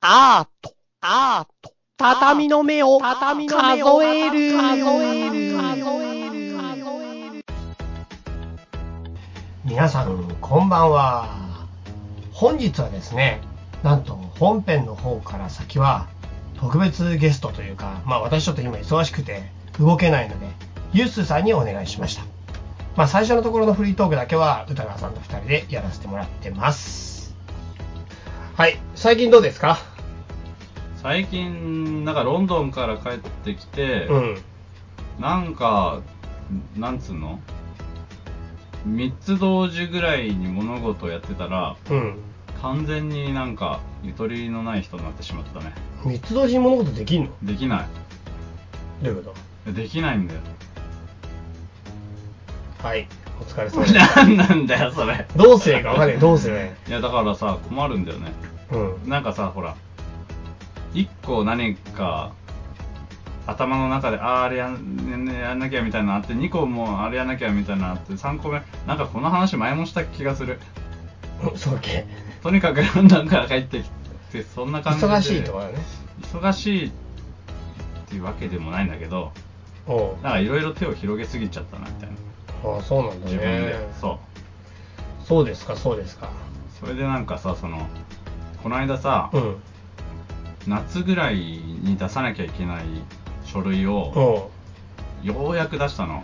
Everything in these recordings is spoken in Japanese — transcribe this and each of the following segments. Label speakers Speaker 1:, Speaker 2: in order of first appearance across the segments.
Speaker 1: アート、アート、畳の目を、畳の目を数える、皆さん、こんばんは。本日はですね、なんと本編の方から先は、特別ゲストというか、まあ私ちょっと今忙しくて動けないので、ユースさんにお願いしました。まあ最初のところのフリートークだけは歌川さんと2人でやらせてもらってます。はい、最近どうですか
Speaker 2: 最近、なんかロンドンから帰ってきて、
Speaker 1: うん。
Speaker 2: なんか、なんつうの三つ同時ぐらいに物事をやってたら、
Speaker 1: うん。
Speaker 2: 完全になんか、ゆとりのない人になってしまったね。
Speaker 1: 三つ同時に物事できんの
Speaker 2: できな
Speaker 1: どういうこ
Speaker 2: い。できないんだよ。
Speaker 1: とはい。お疲れ様です。
Speaker 2: なんなんだよ、それ。
Speaker 1: どうすればいいかわかんない。どうすればいい
Speaker 2: いや、だからさ、困るんだよね。
Speaker 1: うん。
Speaker 2: なんかさ、ほら、一個何か、頭の中で、ああ、あれやん,、ね、やんなきゃみたいなのあって、二個もあれやんなきゃみたいなのあって、三個目、なんかこの話前もした気がする。
Speaker 1: うんそうだっけ
Speaker 2: とにかくロンドンから帰ってきて、そんな感じで。
Speaker 1: 忙しいとかだね。
Speaker 2: 忙しいっていうわけでもないんだけど、
Speaker 1: おう
Speaker 2: なんかいろいろ手を広げすぎちゃったな、みたいな。
Speaker 1: ああ、そうなんだ
Speaker 2: 自分で
Speaker 1: ね。。
Speaker 2: そう。
Speaker 1: そうですか、そうですか。
Speaker 2: それでなんかさ、その、この間さ、
Speaker 1: うん。
Speaker 2: 夏ぐらいに出さなきゃいけない書類を、
Speaker 1: おう
Speaker 2: ようやく出したの。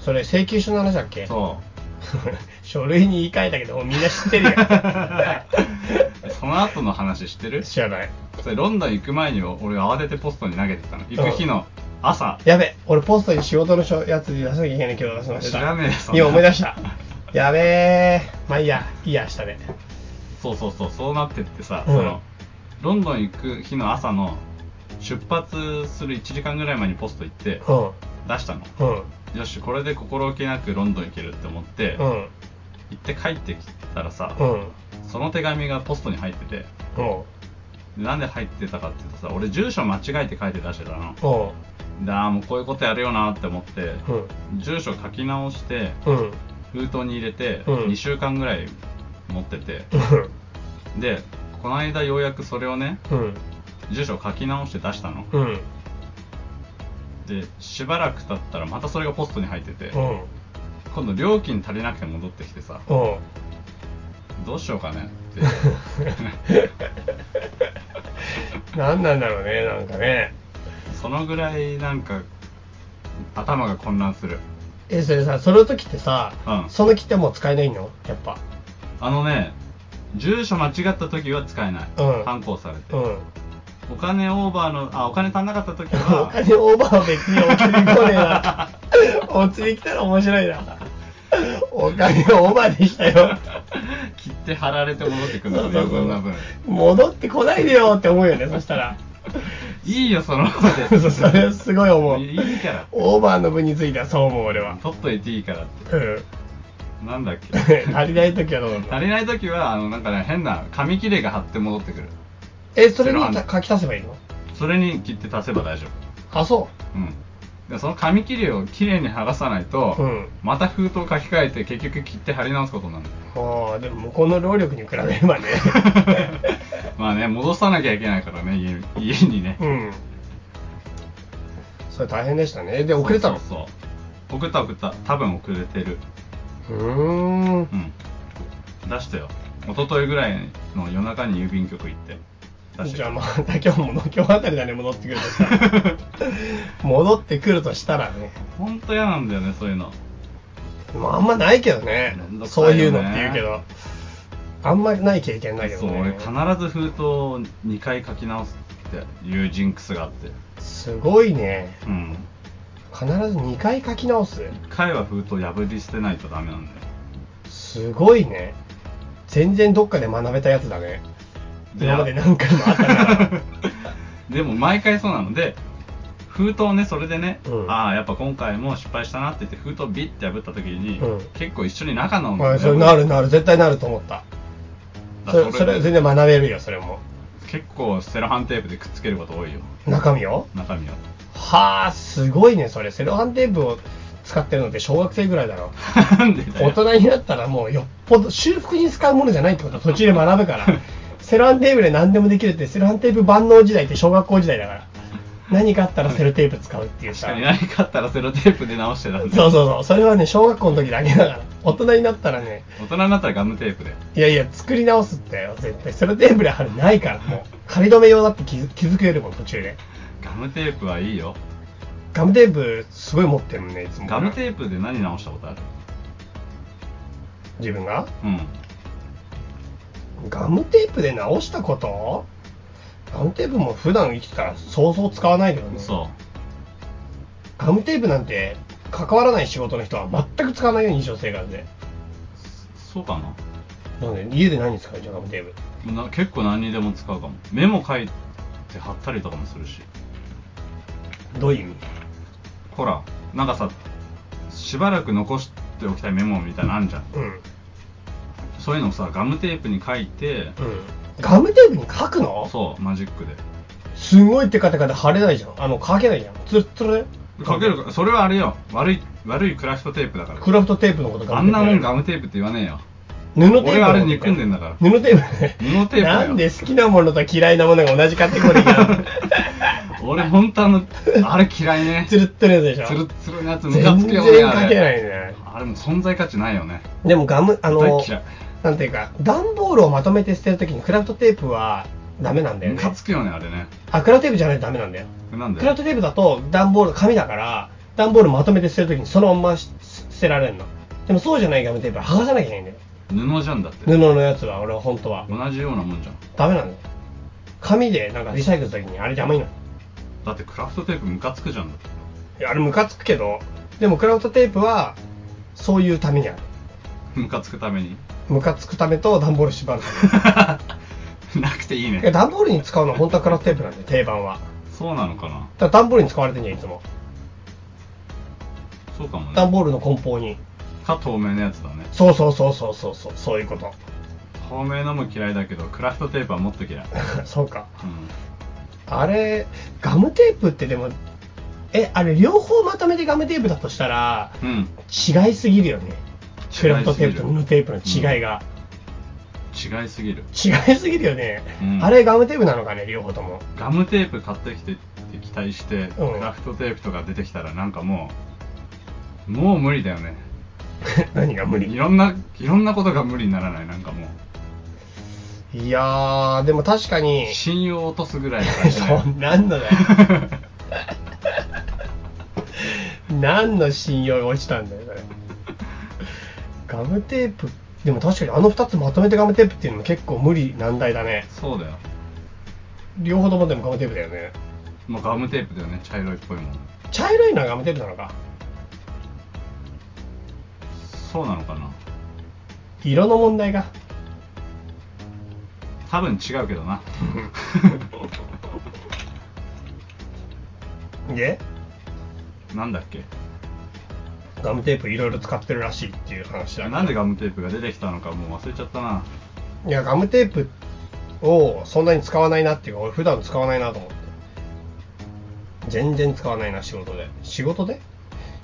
Speaker 1: それ請求書の話だっけう。
Speaker 2: そ
Speaker 1: 書類に言い換えたけど、もうみんな知ってるや
Speaker 2: う。 その後の話知ってる
Speaker 1: ん。知らない。
Speaker 2: それロンドン行く前に俺慌ててポストに投げてたの。行く日の朝。
Speaker 1: やべ、俺ポストに仕事の書やつ出さなきゃいけないけど出しました。
Speaker 2: 知らねえよそんな
Speaker 1: 今思い出した。やべえ。まあいいや、いいや、したね。
Speaker 2: そうそうそう、そうなってってさ、
Speaker 1: うん
Speaker 2: その、ロンドン行く日の朝の出発する1時間ぐらい前にポスト行って
Speaker 1: う
Speaker 2: 出したの。
Speaker 1: ん。うん。
Speaker 2: よし、これで心置きなくロンドン行けるって思って、
Speaker 1: う
Speaker 2: 行
Speaker 1: ん。
Speaker 2: って帰ってきたらさ、
Speaker 1: うん。
Speaker 2: その手紙がポストに入ってて、
Speaker 1: うん。
Speaker 2: でなんで入ってたかっていうとさ、俺住所間違えて書いて出してたの。
Speaker 1: うん。
Speaker 2: でああもうこういうことやるよなって思って、
Speaker 1: うん。
Speaker 2: 住所書き直して
Speaker 1: うん。
Speaker 2: 封筒に入れて
Speaker 1: うん
Speaker 2: 2週間ぐらい持ってて、でこの間ようやくそれをね
Speaker 1: うん。
Speaker 2: 住所書き直して出したの
Speaker 1: うん。うん。
Speaker 2: でしばらく経ったらまたそれがポストに入ってて、
Speaker 1: うん。
Speaker 2: 今度料金足りなくて戻ってきてさ
Speaker 1: うん。
Speaker 2: どうしようかねって
Speaker 1: 何なんだろうね、なんかね。
Speaker 2: そのぐらいなんか頭が混乱する
Speaker 1: え、それさ、その時ってさ、
Speaker 2: うん
Speaker 1: その時ってもう使えないのやっぱ。
Speaker 2: あのね住所間違った時は使えない、
Speaker 1: うん
Speaker 2: 反抗されて、
Speaker 1: うん。
Speaker 2: お金オーバーのあお金足んなかった時
Speaker 1: お
Speaker 2: は
Speaker 1: 金オーバーは別にお釣り来ねえな。お釣り来たら面白いな。お金オーバーでしたよ。
Speaker 2: 切って貼られて戻ってくるんだ
Speaker 1: そう
Speaker 2: ね
Speaker 1: そう
Speaker 2: 余
Speaker 1: そう
Speaker 2: 分な分
Speaker 1: 戻ってこないでよって思うよね、そしたら。
Speaker 2: いいよその子で
Speaker 1: そうそれはすごい思う。
Speaker 2: いいから
Speaker 1: オーバーの分についてはそう思う、俺は。
Speaker 2: 取っといていいからって
Speaker 1: うん。
Speaker 2: なんだっけ
Speaker 1: 足りない時はどうなんだ
Speaker 2: 足りない時はあのなんかね変な紙切れが貼って戻ってくる
Speaker 1: え、それにた書き足せばいいの
Speaker 2: それに切って足せば大丈
Speaker 1: あ、そ
Speaker 2: 夫うんでその紙切れをきれいに剥がさないと、
Speaker 1: うん
Speaker 2: また封筒書き換えて結局切って貼り直すことになる
Speaker 1: う。ああ、でも向こうの労力に比べれば ね。
Speaker 2: まあね戻さなきゃいけないからね家に家にね、
Speaker 1: うん。それ大変でしたね。で、遅れたの
Speaker 2: そうそうそう送った送った多分遅れてる
Speaker 1: うーん
Speaker 2: う。ん出したよ一昨日ぐらいの夜中に郵便局行って出して
Speaker 1: じゃあまた今日もの今日あたりだね戻ってくるとした ら戻ってくるとしたらね
Speaker 2: ほんと嫌なんだよねそういうの
Speaker 1: まああんまないけどね
Speaker 2: めんどくさ
Speaker 1: そ
Speaker 2: いよ
Speaker 1: う
Speaker 2: ね
Speaker 1: いうのって言うけどあんまりない経験だけど
Speaker 2: そう俺
Speaker 1: ね
Speaker 2: 必ず封筒を2回書き直すっていうジンクスがあって
Speaker 1: すごいね
Speaker 2: うん
Speaker 1: 必ず2回書き直す
Speaker 2: 1回は封筒破り捨てないとダメなんだよ
Speaker 1: すごいね全然どっかで学べたやつだね
Speaker 2: で
Speaker 1: 今まで何回もあったから
Speaker 2: でも毎回そうなので封筒をねそれでね、
Speaker 1: うん
Speaker 2: ああやっぱ今回も失敗したなって言って封筒ビッて破った時に、
Speaker 1: うん
Speaker 2: 結構一緒に中 の
Speaker 1: まあそれなるなる絶対なると思ったそ
Speaker 2: だから
Speaker 1: れそれは全然学べるよそれも
Speaker 2: 結構セロハンテープでくっつけること多いよ
Speaker 1: 中身を
Speaker 2: 中身を
Speaker 1: はあすごいねそれセロハンテープを使ってるのって小学生ぐらいだろ
Speaker 2: なんでだ
Speaker 1: 大
Speaker 2: よ
Speaker 1: 人になったらもうよっぽど修復に使うものじゃないってこと途中で学ぶからセロハンテープで何でもできるって、セロハンテープ万能時代って小学校時代だ から。何かあったらセロテープ使うっていう
Speaker 2: 確
Speaker 1: さ。
Speaker 2: かに何かあったらセロテープで直してたんで
Speaker 1: そうそうそう。それはね、小学校の時だけだから。大人になったらね、
Speaker 2: 大人になったらガムテープで
Speaker 1: いやいや、作り直すってよ、絶対。セロテープで貼るない から、もう。仮止め用だって気づ気づくよりも途中で。
Speaker 2: ガムテープはいいよ
Speaker 1: ガムテープ、すごい持ってるもんね、いつも。
Speaker 2: ガムテープで何直したことある
Speaker 1: 自分が
Speaker 2: うん
Speaker 1: ガムテープで直したことガムテープも普段生きてたらそうそう使わないけどね。
Speaker 2: そ
Speaker 1: ガムテープなんて関わらない仕事の人は全く使わないように日常生活で。
Speaker 2: うそうかな
Speaker 1: なんで家で何使うじゃん、ガムテープ。
Speaker 2: な結構何にでも使うかもメモ書いて貼ったりとかもするし
Speaker 1: どういう意味
Speaker 2: ほらなんかさしばらく残しておきたいメモみたいなのあんじゃん
Speaker 1: うん。
Speaker 2: そういうのをさガムテープに書いて
Speaker 1: うん。ガムテープに書くの
Speaker 2: そうマジックです
Speaker 1: ごいテカテカで貼れないじゃん。あの、書けないじゃん。つるつる
Speaker 2: 書けるかそれはあれよ悪い悪いクラフトテープだか
Speaker 1: クラフトテープのこと
Speaker 2: らあんなもんガ
Speaker 1: ム
Speaker 2: ムテープって言わねえよ
Speaker 1: テープだよ。布テープの
Speaker 2: 俺はあ
Speaker 1: ことだ
Speaker 2: れ
Speaker 1: よ
Speaker 2: 憎んでんだから
Speaker 1: 布テープね
Speaker 2: 布テープだよ
Speaker 1: なんで好きなものと嫌いなものが同じカテゴリーな の
Speaker 2: 俺本当あのあれ嫌いね
Speaker 1: つるっとるやつでしょ
Speaker 2: つるつるのやつムカ
Speaker 1: 全
Speaker 2: つく
Speaker 1: 然
Speaker 2: よ
Speaker 1: 書け
Speaker 2: ね
Speaker 1: な
Speaker 2: あ
Speaker 1: い
Speaker 2: れ
Speaker 1: ね
Speaker 2: あれもう存在価値ないよね
Speaker 1: でもガムあの
Speaker 2: 大嫌い
Speaker 1: なんていうか段ボールをまとめて捨てるときにクラフトテープはダメなんだよ
Speaker 2: ム
Speaker 1: ね
Speaker 2: カつくよねあれね
Speaker 1: あクラフトテープじゃないとダメなんだよ
Speaker 2: なんで
Speaker 1: クラフトテープだと段ボール紙だから段ボールまとめて捨てるときにそのまんまし捨てられるのでもそうじゃないガムテープは剥がさなきゃいけないんだよ
Speaker 2: 布じゃんだって
Speaker 1: 布のやつは俺は本当は
Speaker 2: 同じようなもんじゃん
Speaker 1: ダメなんだよ紙でなんかリサイクルするときにあれ邪魔になる
Speaker 2: だってクラフトテープムカつくじゃんだって
Speaker 1: いやあれムカつくけどでもクラフトテープはそういうためにある
Speaker 2: ムカつくために
Speaker 1: ムカつくためと段ボール縛るため
Speaker 2: なくていい
Speaker 1: いや
Speaker 2: ね
Speaker 1: 段ボールに使うのは本当はクラフトテープなんで定番は
Speaker 2: そうなのかな
Speaker 1: だから段ボールに使われてんじゃんいつも
Speaker 2: そうかも
Speaker 1: 段
Speaker 2: ね
Speaker 1: ボールの梱包に
Speaker 2: か透明のやつだね
Speaker 1: そうそうそうそうそうそうそういうこと
Speaker 2: 透明のも嫌いだけどクラフトテープはもっと嫌い、う
Speaker 1: そうか
Speaker 2: ん、
Speaker 1: あれガムテープってでもえあれ両方まとめてガムテープだとしたら
Speaker 2: うん、
Speaker 1: 違いすぎるよねクラフトテープと
Speaker 2: 違いすぎる
Speaker 1: 布テープの違いが、
Speaker 2: 違いすぎる
Speaker 1: 違いすぎるよね、
Speaker 2: うん
Speaker 1: あれガムテープなのかね両方とも
Speaker 2: ガムテープ買ってきてって期待して、
Speaker 1: うん
Speaker 2: クラフトテープとか出てきたらなんかもうもう無理だよね
Speaker 1: 何が無理
Speaker 2: いろんないろんなことが無理にならないなんかも
Speaker 1: いやーでも確か
Speaker 2: う
Speaker 1: に
Speaker 2: 信用を落とすぐらいの感じだ よ
Speaker 1: そう何のだよ何の信用が落ちたんだよそれガムテープでも確かにあの2つまとめてガムテープっていうのも結構無理難題だ ね
Speaker 2: そうだよ
Speaker 1: 両方ともでもガムテープだよね
Speaker 2: もうガムテープだよね茶色いっぽいもん
Speaker 1: 茶色いのはガムテープなのか
Speaker 2: そうなのかな
Speaker 1: 色の問題が
Speaker 2: 多分違うけど な
Speaker 1: で
Speaker 2: なんだっけ
Speaker 1: ガムテープいろいろ使ってるらしいっていう話だ
Speaker 2: なんでガムテープが出てきたのかもう忘れちゃったない
Speaker 1: やガムテープをそんなに使わないなっていうか俺普段使わないなと思って全然使わないな仕事で仕事で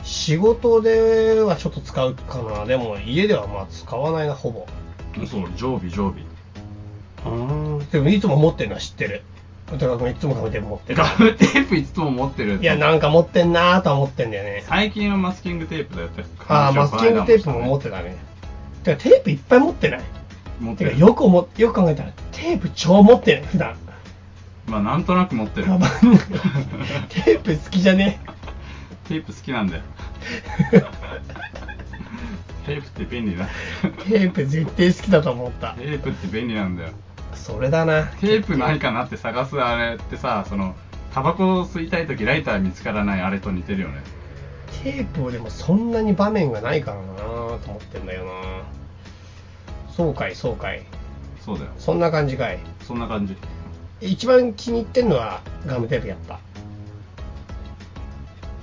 Speaker 1: 仕事ではちょっと使うかなでも家ではまあ使わないなほぼ
Speaker 2: そう常備常備
Speaker 1: うんでもいつも持ってるのは知ってる宇多田君いつもガムテープ持ってる
Speaker 2: ガムテープいつも持ってる
Speaker 1: いやなんか持ってんなーとは思ってんだよね
Speaker 2: 最近はマスキングテープだよって
Speaker 1: ああマスキングテープも持ってたねてかテープいっぱい持ってない
Speaker 2: 持って
Speaker 1: てか
Speaker 2: る
Speaker 1: よく思よく考えたらテープ超持ってない普段
Speaker 2: まあなんとなく持ってる
Speaker 1: カバンの中テープ好きじゃね
Speaker 2: テープ好きなんだよテープって便利だ
Speaker 1: テープ絶対好きだと思った
Speaker 2: テープって便利なんだよ
Speaker 1: それだな
Speaker 2: テープないかなって探すあれってさそのタバコを吸いたい時ライター見つからないあれと似てるよね
Speaker 1: テープをでもそんなに場面がないからなーと思ってんだよなそうかいそうかい
Speaker 2: そうだよ
Speaker 1: そんな感じかい
Speaker 2: そんな感じ
Speaker 1: 一番気に入ってんのはガムテープやった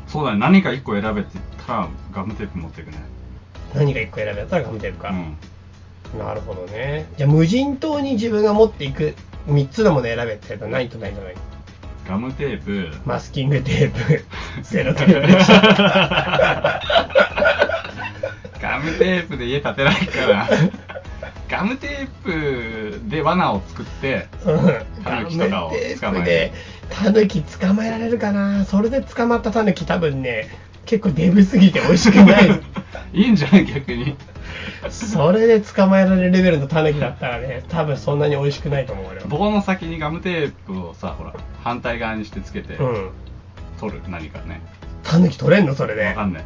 Speaker 2: そうだね何か1個選べって言ったらガムテープ持っていくね
Speaker 1: 何が一個選べやったらガムテープか、
Speaker 2: うん
Speaker 1: なるほどねじゃあ無人島に自分が持っていく3つのもの選べってやったら何と何と何
Speaker 2: ガムテープ
Speaker 1: マスキングテー プ、セロテープでした。
Speaker 2: ガムテープで家建てないからガムテープで罠を 作って、タヌキとかを捕まえる
Speaker 1: ガムテープでタヌキ捕まえられるかなそれで捕まったタヌキ多分ね結構デブすぎて美味しくない
Speaker 2: いいんじゃない逆に。
Speaker 1: それで捕まえられるレベルのタヌキだったらね多分そんなに美味しくないと思う俺は
Speaker 2: 棒の先にガムテープをさ、ほら、反対側にしてつけて、
Speaker 1: うん
Speaker 2: 取る、何かね。
Speaker 1: タヌキ取れんのそれで
Speaker 2: わかんない。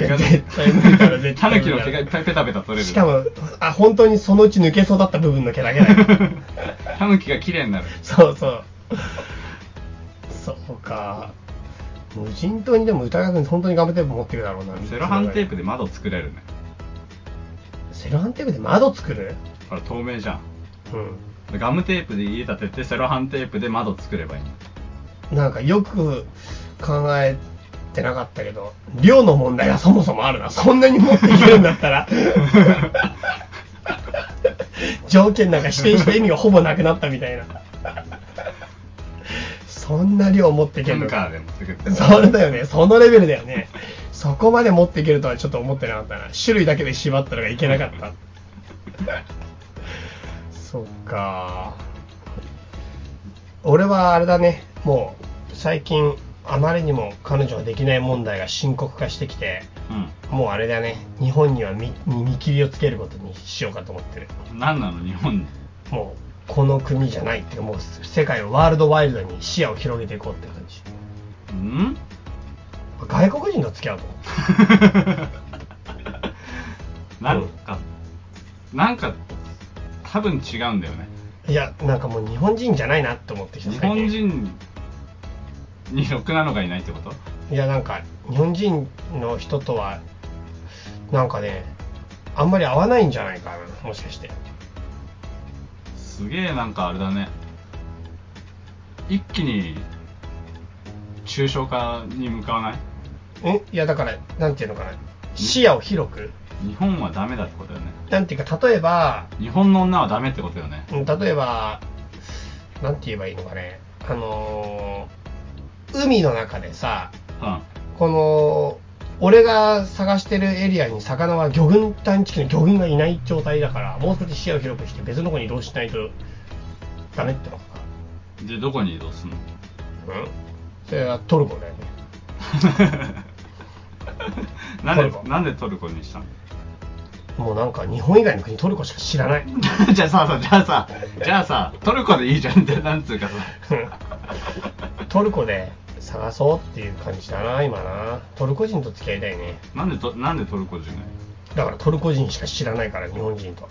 Speaker 1: いや絶対無理だろ絶
Speaker 2: タ
Speaker 1: 対無
Speaker 2: ヌ
Speaker 1: 理だ
Speaker 2: キ
Speaker 1: ろ
Speaker 2: の毛がいっぱいペタペタ取れる。
Speaker 1: しかもあ本当にそのうち抜けそうだった部分の毛だけだよ
Speaker 2: タヌキが綺麗になる。
Speaker 1: そうそうそうか無人島にでも歌川君本当にガムテープ持ってるだろうな
Speaker 2: セロハンテープで窓作れるね。
Speaker 1: セロハンテープで窓作る
Speaker 2: ほら、透明じゃん。
Speaker 1: う
Speaker 2: ガムテープで家建てて、セロハンテープで窓作ればいいの。
Speaker 1: んなんかよく考えてなかったけど量の問題がそもそもあるなそんなに持ってきてるんだった ら条件なんか指定した意味がほぼなくなったみたいなそんな量持っていけ
Speaker 2: キ
Speaker 1: る
Speaker 2: ム
Speaker 1: の
Speaker 2: カー
Speaker 1: か
Speaker 2: で持ってくる。
Speaker 1: それだよねそのレベルだよねそこまで持っていけるとはちょっと思ってなかったな種類だけで縛ったのがいけなかったそっか俺はあれだねもう最近あまりにも彼女ができない問題が深刻化してきて
Speaker 2: う
Speaker 1: もうあれだね日本には見に見切りをつけることにしようかと思ってる
Speaker 2: ん。なんなの日本に。
Speaker 1: もうこの国じゃないっていうかもう世界をワールドワイルドに視野を広げていこうって感じ
Speaker 2: ん
Speaker 1: 外国人と付き合うと思う
Speaker 2: なんか、なんか、多分違うんだよね。
Speaker 1: いやなんかもう日本人じゃないなって思ってきた
Speaker 2: 日
Speaker 1: 最近
Speaker 2: 本人にろくなのがいないってこと
Speaker 1: いやなんか日本人の人とはなんかねあんまり合わないんじゃないかなもしかして
Speaker 2: すげえなんかあれだね。一気に、抽象化に向かわない
Speaker 1: えいやだからなんていうのかな視野を広く
Speaker 2: 日本はダメだってことだよね。
Speaker 1: なんていうか例えば
Speaker 2: 日本の女はダメってことだよね。
Speaker 1: うん例えばなんて言えばいいのかねあのー海の中でさ
Speaker 2: うん。
Speaker 1: この俺が探してるエリアに魚は魚群探知機の魚群がいない状態だからもう少し視野を広くして別の方に移動しないとダメってのか
Speaker 2: で、どこに移動するの
Speaker 1: なうんそれはトルコだよね
Speaker 2: な
Speaker 1: トル
Speaker 2: ん
Speaker 1: コ
Speaker 2: で、なんでトルコにしたの
Speaker 1: もうなんか日本以外の国トルコしか知らない
Speaker 2: じゃあさ、じゃあさ、じゃあさ、トルコでいいじゃんって、なんつうかさ。
Speaker 1: トルコで探そうっていう感じだな今なトルコ人と付き合いたいね
Speaker 2: なんでと、なんでトルコじゃない
Speaker 1: だからトルコ人しか知らないから日本人と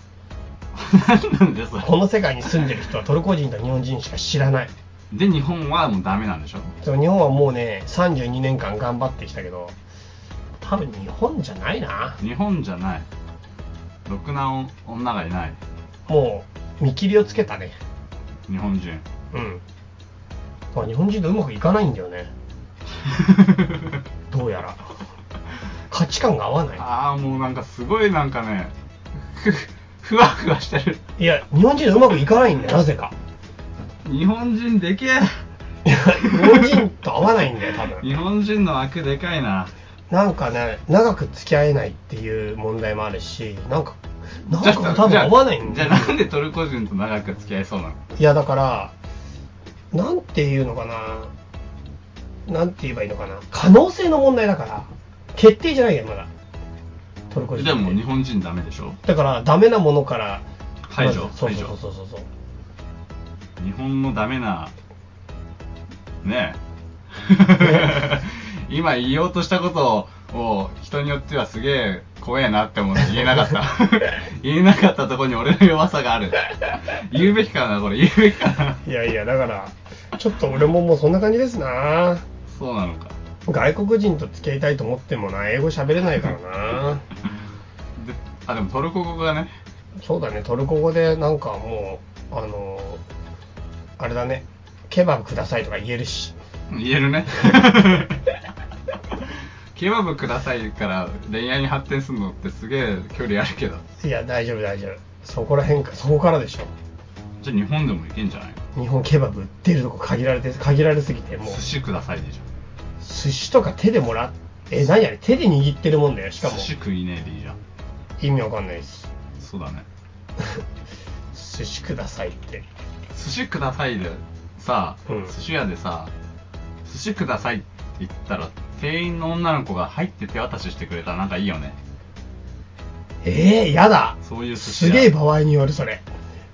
Speaker 2: なんでそ
Speaker 1: こ
Speaker 2: れ
Speaker 1: の世界に住んでる人はトルコ人と日本人しか知らない
Speaker 2: で日本はもうダメなんでしょ
Speaker 1: でも日本はもうね32年間頑張ってきたけど多分日本じゃないな
Speaker 2: 日本じゃないろくな女がいない
Speaker 1: もう見切りをつけたね
Speaker 2: 日本 人
Speaker 1: うんまあ日本人とうまくいかないんだよねどうやら価値観が合わない
Speaker 2: ああもうなんかすごいなんかねふふわふわしてる
Speaker 1: いや日本人とうまくいかないんだよなぜか
Speaker 2: 日本人でけえ
Speaker 1: いや日本人と合わないんだよ多分
Speaker 2: 日本人の枠でかいな
Speaker 1: なんかね長く付き合えないっていう問題もあるしなんかなん
Speaker 2: じゃ
Speaker 1: か多分合わないん
Speaker 2: じ
Speaker 1: だ
Speaker 2: ゃあ
Speaker 1: よ
Speaker 2: じゃあなんでトルコ人と長く付き合いそうなの
Speaker 1: いやだからなんていうのかななんて言えばいいのかな可能性の問題だから決定じゃないよまだトルコ人って
Speaker 2: でも日本人ダメでしょ
Speaker 1: だからダメなものから
Speaker 2: 排除
Speaker 1: まずそう
Speaker 2: 排除
Speaker 1: そうそうそうそう
Speaker 2: 日本のダメなねえ今言おうとしたことを人によってはすげえ怖えなって思って言えなかった言えなかったところに俺の弱さがある言うべきかなこれ言うべきかない
Speaker 1: やいやだからちょっと俺ももうそんな感じですな
Speaker 2: そうなのか
Speaker 1: 外国人と付き合いたいと思ってもな英語喋れないからな
Speaker 2: であでもトルコ語がね
Speaker 1: そうだねトルコ語でなんかもうあのあれだねケバブくださいとか言えるし
Speaker 2: 言えるねケバブくださいから恋愛に発展するのってすげえ距離あるけど
Speaker 1: いや大丈夫大丈夫そこら辺かそこからでしょ
Speaker 2: じゃあ日本でもいけんじゃない
Speaker 1: 日本ケバブ売ってるとこ限られて限られすぎてもう
Speaker 2: 寿司くださいでしょ
Speaker 1: 寿司とか手でもらっえ何やれ手で握ってるもんだよしかも
Speaker 2: 寿司食いねえでいいじゃん
Speaker 1: 意味わかんないです
Speaker 2: そうだね
Speaker 1: 寿司くださいって
Speaker 3: 寿司くださいでさ、
Speaker 1: うん
Speaker 3: 寿司屋でさ寿司くださいって言ったら店員の女の子が入って手渡ししてくれたらなんかいいよね
Speaker 1: ええー、やだ
Speaker 3: そういう寿司
Speaker 1: す
Speaker 3: 屋
Speaker 1: げえ場合によるそれ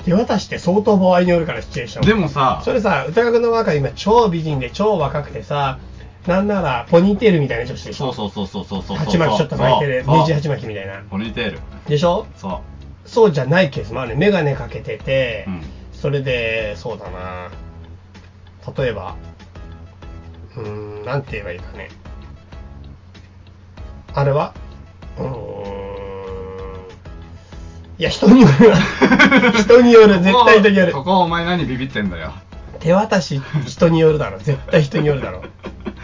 Speaker 1: 手渡しって相当場合によるからシチュエーション
Speaker 3: でもさ
Speaker 1: それさ歌川君の若今超美人で超若くてさなんならポニーテールみたいな女子でし
Speaker 3: そう
Speaker 1: ょ
Speaker 3: そうそうそうそうそうそう
Speaker 1: 鉢巻きちょっと巻いてる
Speaker 3: そう
Speaker 1: 虹鉢巻きみたいな
Speaker 3: ポニーテール
Speaker 1: でしょ
Speaker 3: そ
Speaker 1: そうじゃないケースもあるね眼鏡かけてて、
Speaker 3: うん
Speaker 1: それでそうだな例えばうーんなんて言えばいいかねあれはうーんいや人によ るわ 人による絶対人による
Speaker 3: ここここお前何ビビってんだよ
Speaker 1: 手渡し人によるだろ絶対人によるだろ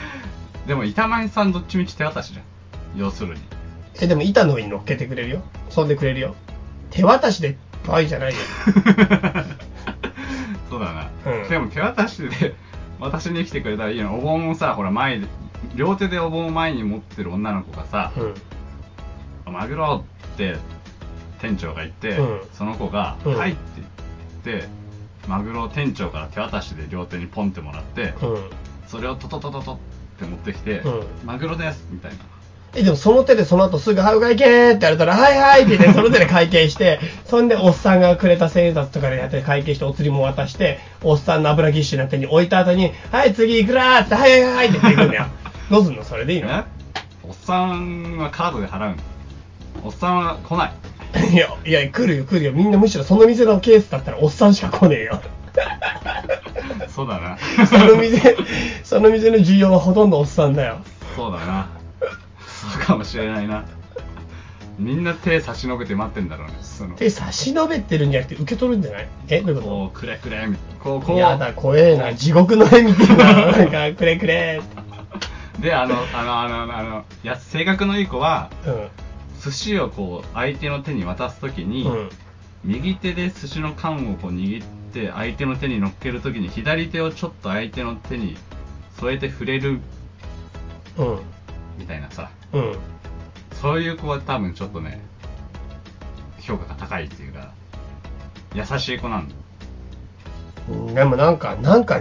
Speaker 3: でも板前さんどっちみち手渡しじゃん要するに
Speaker 1: えでも板の上に乗っけてくれるよそんでくれるよ手渡しで場合じゃないよ
Speaker 3: そうだな、
Speaker 1: うん
Speaker 3: でも手渡しで私に来てくれたらいいよお盆をさほら前で両手でお盆を前に持ってる女の子がさ
Speaker 1: う
Speaker 3: 「
Speaker 1: ん
Speaker 3: マグロ」って店長が言って、
Speaker 1: うん
Speaker 3: その子が「
Speaker 1: うん
Speaker 3: はい」って言ってマグロを店長から手渡しで両手にポンってもらって、
Speaker 1: うん
Speaker 3: それをトトトトトって持ってきて「
Speaker 1: うん
Speaker 3: マグロです」みたいな
Speaker 1: えでもその手でその後すぐ「はいお会計!」って言われたら「はいはい!」って言ってその手で会計してそんでおっさんがくれた千円札とかでやって会計してお釣りも渡しておっさんの油ぎっしりな手に置いた後に「はい次いくら!」って「はいはいはい!」って言っていくんだよどうすんのそれでいいの
Speaker 3: ねおっさんはカードで払うのおっさんは来ない
Speaker 1: いやいや来るよ来るよみんなむしろその店のケースだったらおっさんしか来ねえよ
Speaker 3: そうだな
Speaker 1: その店その店の需要はほとんどおっさんだよ
Speaker 3: そうだなそうかもしれないなみんな手差し伸べて待ってんだろうねその
Speaker 1: 手差し伸べてるんじゃなくて受け取るんじゃないえどういうこと
Speaker 3: こうくれくれみたいなこうこう
Speaker 1: やだ怖えな地獄の絵みたい ななんかくれくれって
Speaker 3: であのあのあのあのあのいや性格のいい子は
Speaker 1: う
Speaker 3: 寿司をこう相手の手に渡す時に、
Speaker 1: ん、うん、
Speaker 3: 右手で寿司の缶をこう握って相手の手に乗っける時に左手をちょっと相手の手に添えて触れる
Speaker 1: うん、
Speaker 3: みたいなさ
Speaker 1: うん、
Speaker 3: そういう子は多分ちょっとね評価が高いっていうか優しい子なんだ
Speaker 1: うんでもなんか、なんか、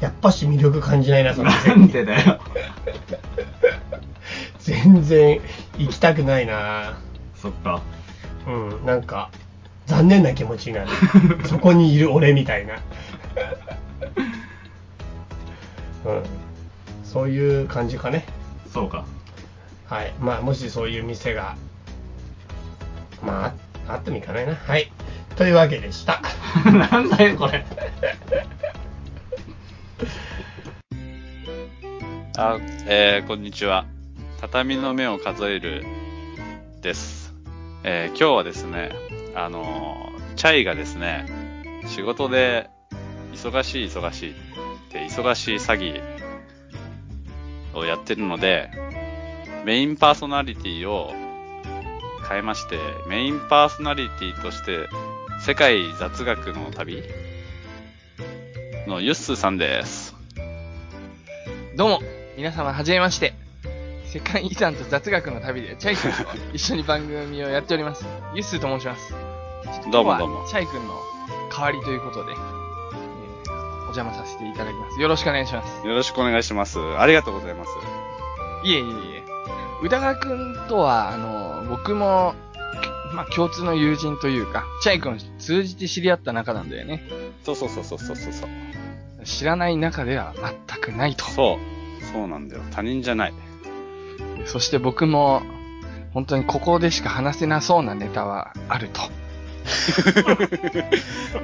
Speaker 1: やっぱし魅力感じないな、その店
Speaker 3: なんでだよ
Speaker 1: 全然行きたくないな。
Speaker 3: そっか
Speaker 1: うん、なんか、残念な気持ちに なる。そこにいる俺みた いな。うん、そういう感じかね。
Speaker 3: そうか
Speaker 1: はい、まあ、もしそういう店が、まあ、ああってもいかないな。はい。というわけでした。
Speaker 3: なんだよこれ
Speaker 2: あ、えーこんにちは。畳の目を数えるです。えー今日はですね、あのーチャイがですね、仕事で忙しい忙しいって忙しい詐欺をやってるので、メインパーソナリティを変えまして、メインパーソナリティとして世界雑学の旅のユッスーさんです。
Speaker 4: どうも、皆様はじめまして。世界遺産と雑学の旅でチャイ君と一緒に番組をやっております。ユッスーと申します。
Speaker 2: どうもどうも
Speaker 4: 今日はチャイ君の代わりということで、えーお邪魔させていただきます。よろしくお願いします。
Speaker 2: よろしくお願いします。ありがとうございます。
Speaker 4: いえいえいえ。歌川君とは、あの、僕も、まあ、共通の友人というか、チャイ君を通じて知り合った仲なんだよね。
Speaker 2: そうそうそうそうそうそうそう。
Speaker 4: 知らない中では全くないと。
Speaker 2: そう。そうなんだよ。他人じゃ ない。
Speaker 4: そして僕も、本当にここでしか話せなそうなネタはあると。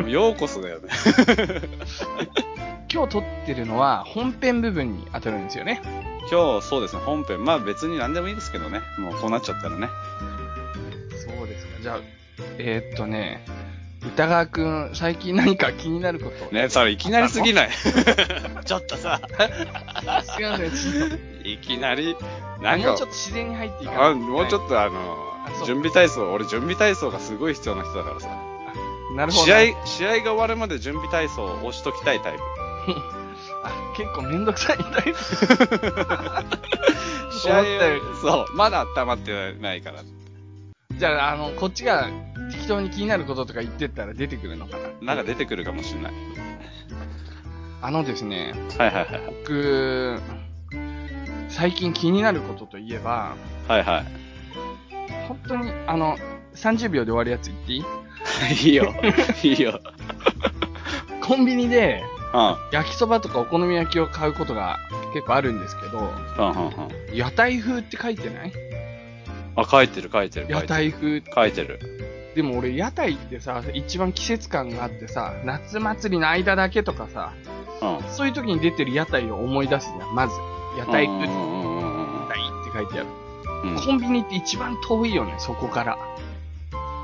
Speaker 2: ようこそだよね。
Speaker 4: 今日撮ってるのは本編部分に当たるんですよね。
Speaker 2: 今日、そうですね。本編。まあ別に何でもいいですけどね。もうこうなっちゃったらね。
Speaker 4: そうですか。じゃあ、えーっとね、歌川くん、最近何か気になること。
Speaker 2: ね、それいきなりすぎ ない。ちょっとさ、
Speaker 4: すいません、ちょっ と
Speaker 2: いきなり、なん
Speaker 4: も
Speaker 2: か
Speaker 4: うちょっと、自然に入っていかない
Speaker 2: あもうちょっとあの
Speaker 4: あそ、う
Speaker 2: 準備体操、俺準備体操がすごい必要な人だからさ。
Speaker 4: と。なるほど。
Speaker 2: 試合、試合が終わるまで準備体操をしときたいタ イプ。
Speaker 4: あ結構めんどくさいみたいです。
Speaker 2: 試合
Speaker 4: 思ったより
Speaker 2: そう、まだ温まってないから。
Speaker 4: じゃあ、あの、こっちが適当に気になることとか言ってったら出てくるのかな。
Speaker 2: なんか出てくるかもしれない。
Speaker 4: あのですね、
Speaker 2: はいはいはいはい。
Speaker 4: 僕、最近気になることといえば、
Speaker 2: はいは
Speaker 4: 本当に、あの、30秒で終わるやつ言っていい
Speaker 2: い。いい よ。いいよ。
Speaker 4: コンビニで
Speaker 2: うん。
Speaker 4: 焼きそばとかお好み焼きを買うことが結構あるんですけど、
Speaker 2: うんうんうん。
Speaker 4: 屋台風って書いてない
Speaker 2: あ、書いてる書いてる書
Speaker 4: 屋
Speaker 2: いてる。
Speaker 4: 台風。
Speaker 2: 書いてる。
Speaker 4: でも俺屋台ってさ、一番季節感があってさ、夏祭りの間だけとかさ、
Speaker 2: うん。
Speaker 4: そういう時に出てる屋台を思い出すじゃん、まず。屋台
Speaker 2: うん
Speaker 4: 風、
Speaker 2: う
Speaker 4: 屋
Speaker 2: んうんうん
Speaker 4: 台って書いてある。
Speaker 2: うんうん
Speaker 4: コンビニって一番遠いよね、そこから。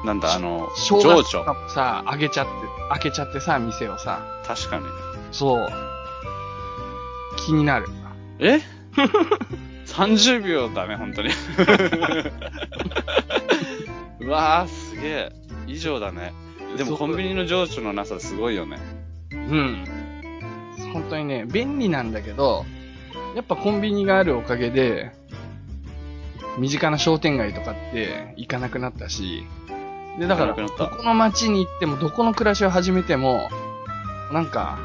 Speaker 2: なんだ、あの、
Speaker 4: 正
Speaker 2: 情
Speaker 4: 月
Speaker 2: 緒
Speaker 4: と。かもさ、あげちゃって、開けちゃってさ、店をさ。
Speaker 2: 確かに。
Speaker 4: そう。気になる。
Speaker 2: え ?30 秒だね、本当に。 うわー、すげえ。以上だね。でも
Speaker 4: そう
Speaker 2: コンビニの情緒のなさすごいよね。
Speaker 4: うん。本当にね、便利なんだけど、やっぱコンビニがあるおかげで、身近な商店街とかって行かなくなったし、で、だから、
Speaker 2: 行かな
Speaker 4: ど
Speaker 2: くなった
Speaker 4: この街に行っても、どこの暮らしを始めても、なんか、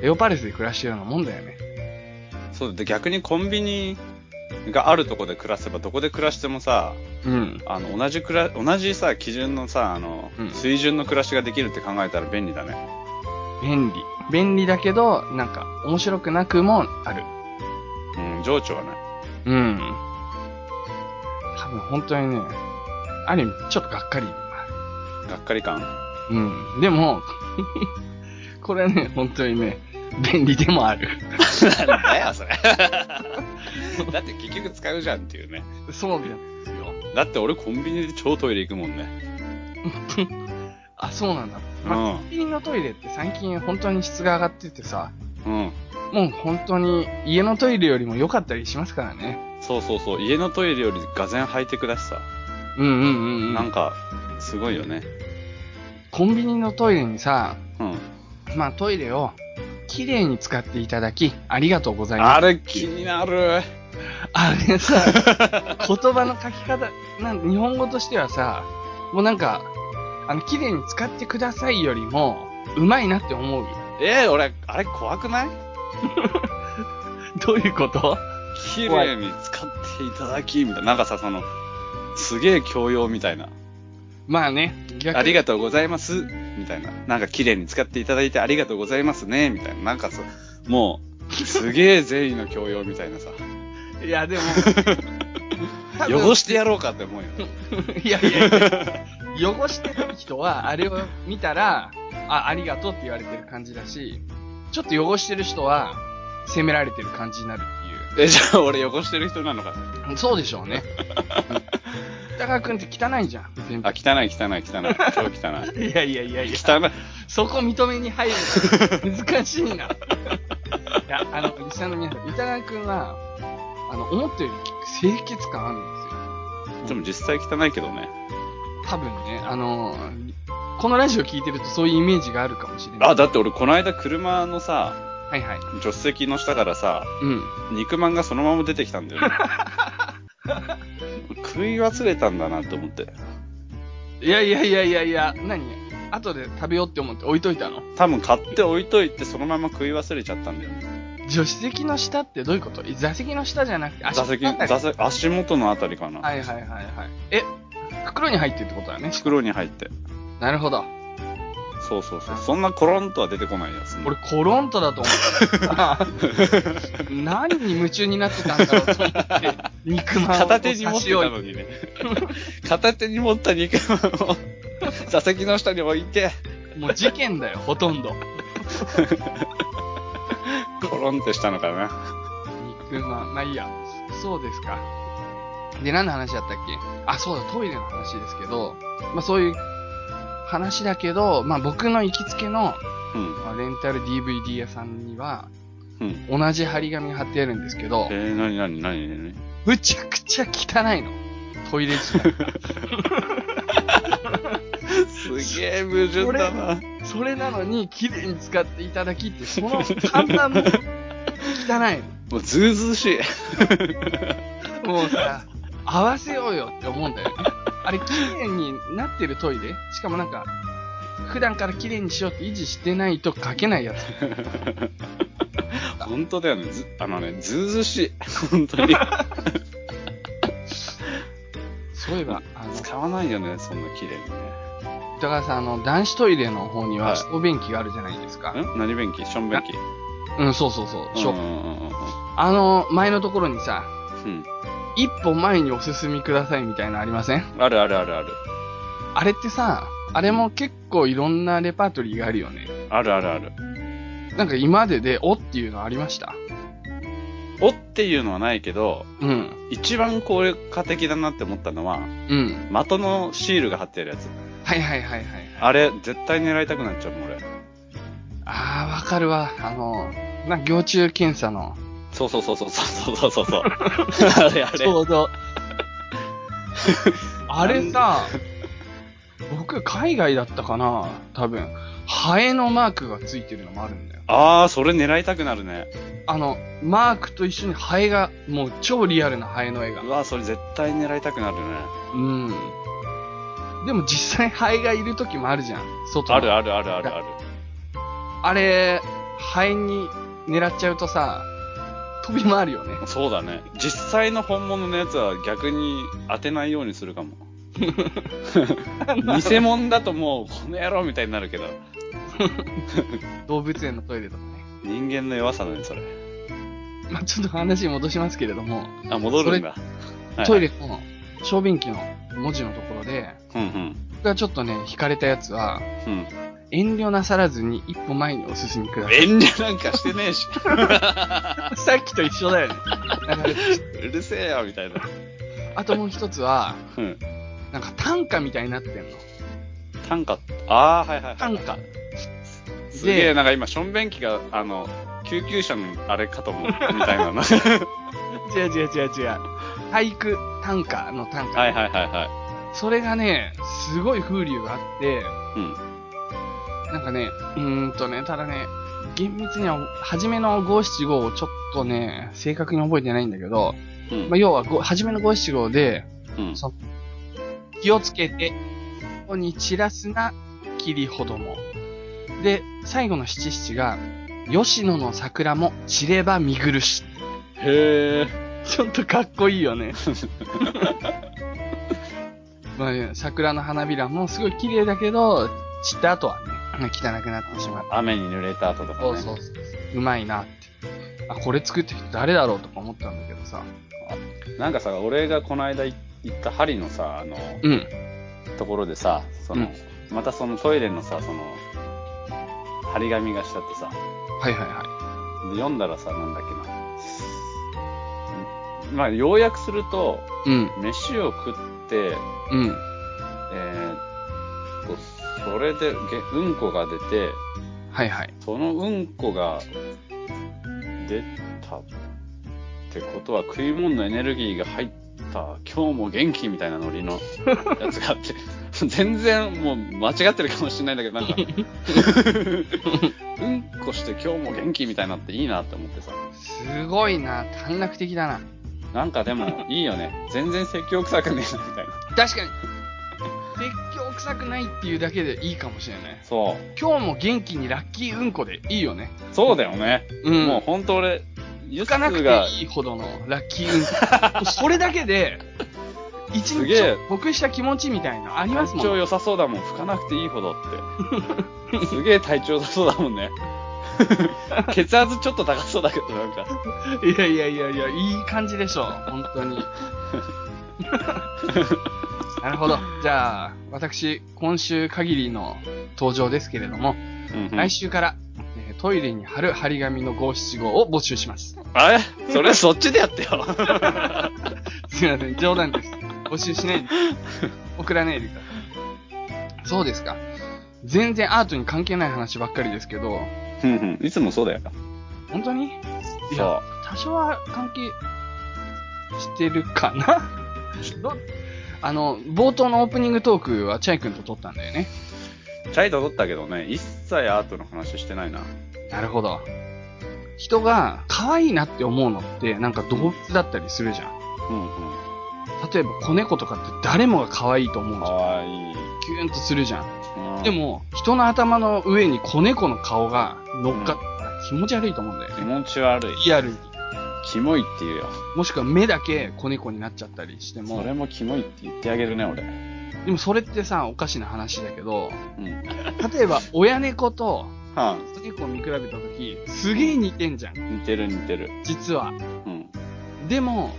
Speaker 4: レオパレスで暮らしてるようなもんだよね。
Speaker 2: そうで、逆にコンビニがあるとこで暮らせば、どこで暮らしてもさ、
Speaker 4: うん。
Speaker 2: あの、同じくら、同じさ、基準のさ、あの、
Speaker 4: うん
Speaker 2: 水準の暮らしができるって考えたら便利だね。
Speaker 4: 便利。便利だけど、なんか、面白くなくもある。
Speaker 2: うん、情緒はね。
Speaker 4: うん。多分本当にね、ある意味、ちょっとがっかり。
Speaker 2: がっかり感。
Speaker 4: うん。でも、 これね、本当にね、便利でもある。
Speaker 2: なんだよ、それ。 だって結局使うじゃんっていうね。
Speaker 4: そうなんですよ。
Speaker 2: だって俺コンビニで超トイレ行くもんね。
Speaker 4: あ、そうなんだ。
Speaker 2: うん
Speaker 4: まあ、コンビニのトイレって最近本当に質が上がっててさ、
Speaker 2: うん。
Speaker 4: もう本当に家のトイレよりも良かったりしますからね。
Speaker 2: そうそうそう。家のトイレよりがぜんハイテクだしさ。
Speaker 4: うんうんうん、うん。
Speaker 2: なんか、すごいよね。
Speaker 4: コンビニのトイレにさ、
Speaker 2: うん。
Speaker 4: まあトイレを綺麗に使っていただき、ありがとうございます。
Speaker 2: あれ気になる。
Speaker 4: あれさ、言葉の書き方、なん日本語としてはさ、もうなんか、あの、綺麗に使ってくださいよりも、うまいなって思うよ。
Speaker 2: えー、俺、あれ怖くない
Speaker 4: どういうこと
Speaker 2: 綺麗に使っていただき、みたいな。なんかさ、その、すげえ教養みたいな。
Speaker 4: まあね、逆
Speaker 2: ありがとうございます、みたいな。なんか綺麗に使っていただいてありがとうございますね、みたいな。なんかさ、もう、すげえ善意の教養みたいなさ。
Speaker 4: いや、 でも、多分
Speaker 2: 汚してやろうかって思うよね。
Speaker 4: いやいやいや、汚してる人は、あれを見たら、あ、ありがとうって言われてる感じだし、ちょっと汚してる人は、責められてる感じになるっ
Speaker 2: え、じゃあ俺汚してる人なのかな
Speaker 4: ていう。そうでしょ うね。北川くんって汚いじゃん、全部
Speaker 2: あ、。汚い汚い汚い。超汚い。
Speaker 4: いやいやいやいや。
Speaker 2: 汚い。
Speaker 4: そこ認めに入るの難しいな。いや、あの、リスナーの皆さん、宇多川くんは、あの、思ったより清潔感あるんですよ。
Speaker 2: でも実際汚いけどね。
Speaker 4: 多分ね、あの、このラジオ聞いてるとそういうイメージがあるかもしれない。
Speaker 2: あ、だって俺この間車のさ、
Speaker 4: はいはい。
Speaker 2: 助手席の下からさ、
Speaker 4: うん。
Speaker 2: 肉まんがそのまま出てきたんだよ ね。食い忘れたんだなって思って。
Speaker 4: いやいやいやいやいや、何後で食べようって思って置いといたの
Speaker 2: 多分買って置いといてそのまま食い忘れちゃったんだよね。
Speaker 4: 助手席の下ってどういうこと座席の下じゃなくて、
Speaker 2: 座席、
Speaker 4: の下
Speaker 2: 座席、足元のあたりかな。
Speaker 4: はいはいはいはい。え、袋に入ってるってことだね。
Speaker 2: 袋に入って。
Speaker 4: なるほど。
Speaker 2: そうそうそう。そんなコロンとは出てこないやつ、
Speaker 4: 俺、コロンとだと思 った。何に夢中になってたんだろうと思って、肉まんを
Speaker 2: 片手に持
Speaker 4: 差
Speaker 2: って
Speaker 4: した置い
Speaker 2: のにね。片手に持った肉まんを 座席の下に置いて、
Speaker 4: もう事件だよ、ほとんど。
Speaker 2: コロンってしたのかな。
Speaker 4: 肉まん、まあいいや。そうですか。で、何の話だったっけあ、そうだ、トイレの話ですけど、まあそういう話だけど、まあ僕の行きつけの
Speaker 2: うん。
Speaker 4: まあレンタル DVD 屋さんには、
Speaker 2: うん。
Speaker 4: 同じ張り紙が貼ってあるんですけど
Speaker 2: え、ー、なになになになに
Speaker 4: むちゃくちゃ汚いの。トイレ自体
Speaker 2: すげえ矛盾だな。
Speaker 4: それなのに、綺麗に使っていただきって、その看板も汚
Speaker 2: もうズーズーしい。
Speaker 4: い。もうさ、合わせようよって思うんだよね。あれ、綺麗になってるトイレしかもなんか、普段から綺麗にしようって維持してないと書けないやつ。
Speaker 2: 本当だよね。ずあのね、ずうずうしい。本当に。
Speaker 4: そういえば、あの、
Speaker 2: 使わないよね、そんな綺麗にね。
Speaker 4: 高橋さん、あの、男子トイレの方に
Speaker 2: はい
Speaker 4: は、小便器があるじゃないですか。
Speaker 2: ん何便器ション便器
Speaker 4: うん、そうそうそう。しょ
Speaker 2: うんうんうんうん
Speaker 4: あの、前のところにさ、
Speaker 2: うん。
Speaker 4: 一歩前にお進みくださいみたいなのありません
Speaker 2: あるあるあるある。
Speaker 4: あれってさ、あれも結構いろんなレパートリーがあるよね。
Speaker 2: あるあるある。
Speaker 4: なんか今までで、おっていうのありました
Speaker 2: おっていうのはないけど、
Speaker 4: うん。
Speaker 2: 一番効果的だなって思ったのは、
Speaker 4: うん。
Speaker 2: 的のシールが貼ってあるやつ。
Speaker 4: はいはいはいはい。
Speaker 2: あれ、絶対狙いたくなっちゃうもん、俺。
Speaker 4: あー、わかるわ。あの、なんか、行中検査の、
Speaker 2: そうそうそうそうそうそうそうそう。 あれあれ。
Speaker 4: ちょうど。 あれさ、僕、海外だったかな多分。ハエのマークがついてるのもあるんだよ。
Speaker 2: ああ、それ狙いたくなるね。
Speaker 4: あの、マークと一緒にハエが、もう超リアルなハエの絵が
Speaker 2: う。わー、それ絶対狙いたくなるね。
Speaker 4: うん。でも実際ハエがいる時もあるじゃん。外の
Speaker 2: あるあるあるあるある。
Speaker 4: あれ、ハエに狙っちゃうとさ、飛び回るよね。
Speaker 2: そうだね。実際の本物のやつは逆に当てないようにするか も。偽物だともう、この野郎みたいになるけど。
Speaker 4: 動物園のトイレとかね。
Speaker 2: 人間の弱さだね、それ。
Speaker 4: まあ、ちょっと話戻しますけれども、
Speaker 2: あ、戻るんだ。はい
Speaker 4: トイレ。の小便器の文字のところで、
Speaker 2: うんうん。
Speaker 4: 僕がちょっとね、惹かれたやつは、
Speaker 2: うん。
Speaker 4: 遠慮なさらずに一歩前にお進みください。
Speaker 2: 遠慮なんかしてねえし。
Speaker 4: さっきと一緒だよね。だから
Speaker 2: うるせえよ、みたいな。
Speaker 4: あともう一つは、
Speaker 2: うん。
Speaker 4: なんか短歌みたいになってんの。
Speaker 2: 短歌。ああ、はいはいはい。
Speaker 4: 短歌。
Speaker 2: すげえ、なんか今、ションベンキが、あの、救急車のあれかと思う、みたい な。はい
Speaker 4: 違う違う違う違う。俳句、短歌の短歌。
Speaker 2: はいはいは
Speaker 4: それがね、すごい風流があって、
Speaker 2: い。うん。
Speaker 4: なんかね、うーんとね、ただね、厳密には、初めの五七五をちょっとね、正確に覚えてないんだけど、
Speaker 2: うん
Speaker 4: まあ、要はご、初めの五七五で、
Speaker 2: うん。
Speaker 4: その気をつけて、ここに散らすな、霧ほども。で、最後の七七が、吉野の桜も散れば見苦し。
Speaker 2: へえ。
Speaker 4: ちょっとかっこいいよね。 まあね、桜の花びらもすごい綺麗だけど、散った後はね、汚くなってしまう。
Speaker 2: 雨に濡れた後とかね。
Speaker 4: そうそうそう。うまいなって。あ、これ作った人誰だろうとか思ったんだけどさ。
Speaker 2: なんかさ、俺がこの間い行った針のさ、あの、
Speaker 4: うん。
Speaker 2: ところでさ、その、またそのトイレのさ、その、張り紙がしちゃってさ、
Speaker 4: はいはいは
Speaker 2: で読んだらさ、なんだっけな。まあ、要約すると、
Speaker 4: い。うん。
Speaker 2: 飯を食って、
Speaker 4: うん。
Speaker 2: えーっと、それで、げうんこが出て、
Speaker 4: はいはい。
Speaker 2: そのうんこが出たってことは食い物のエネルギーが入った今日も元気みたいなノリ のやつがあって全然もう間違ってるかもしれないんだけどなんか うんこして今日も元気みたいになっていいなって思ってさ
Speaker 4: すごいな。短絡的だな。
Speaker 2: なんかでもいいよね全然説教臭くねえなみたいな
Speaker 4: 確かに。説教臭くないっていうだけでいいかもしれない。
Speaker 2: そう
Speaker 4: 今日も元気にラッキーうんこでいいよね。
Speaker 2: そうだよね、
Speaker 4: うん。
Speaker 2: もう本当俺ゆ
Speaker 4: 行かなくていいほどのラッキー運動それだけ で、一
Speaker 2: すげえ
Speaker 4: 日僕した気持ちみたいな、あります
Speaker 2: 体
Speaker 4: も
Speaker 2: 調
Speaker 4: ん。
Speaker 2: 良さそうだもん吹かなくていいほどって すげえ体調良さそうだもんね 血圧ちょっと高そうだけどなんか
Speaker 4: いやいやいやいや、いい感じでしょう、本当に。なるほど。じゃあ、私、今週限りの登場ですけれども、来週から、えートイレに貼る張り紙の五七五を募集します。
Speaker 2: あれそれそっちでやってよ
Speaker 4: すいません、冗談です。募集しないで。送らないでください。そうですか。全然アートに関係ない話ばっかりですけど、
Speaker 2: いつも そうだよ
Speaker 4: 本当にいや
Speaker 2: そ、
Speaker 4: 多少は関係してるかなどあの、冒頭のオープニングトークはチャイ君と撮ったんだよね。
Speaker 2: うチャイと取ったけどね一切アートの話してないな
Speaker 4: なるほど。人が可愛いなって思うのって、なんか動物だったりするじゃん。
Speaker 2: うんうん
Speaker 4: 例えば子猫とかって誰もが可愛いと思う
Speaker 2: か
Speaker 4: じゃん。
Speaker 2: わいい。
Speaker 4: キューンとするじゃん。
Speaker 2: うん
Speaker 4: で、も、人の頭の上に子猫の顔が乗っかったら気持ち悪いと思うんだよ
Speaker 2: 気
Speaker 4: ね。
Speaker 2: 持ち悪い。
Speaker 4: リアルに。
Speaker 2: キモいって言うよ。
Speaker 4: もしくは目だけ子猫になっちゃったりしても
Speaker 2: そ、れもキモいって言ってあげるね、俺。
Speaker 4: でもそれってさ、おかしな話だけど、
Speaker 2: うん。
Speaker 4: 例えば親猫と
Speaker 2: は
Speaker 4: 子猫を見比べたとき、すげえ似てんじゃん、
Speaker 2: ん。似てる似てる。
Speaker 4: 実は。
Speaker 2: うん。
Speaker 4: でも、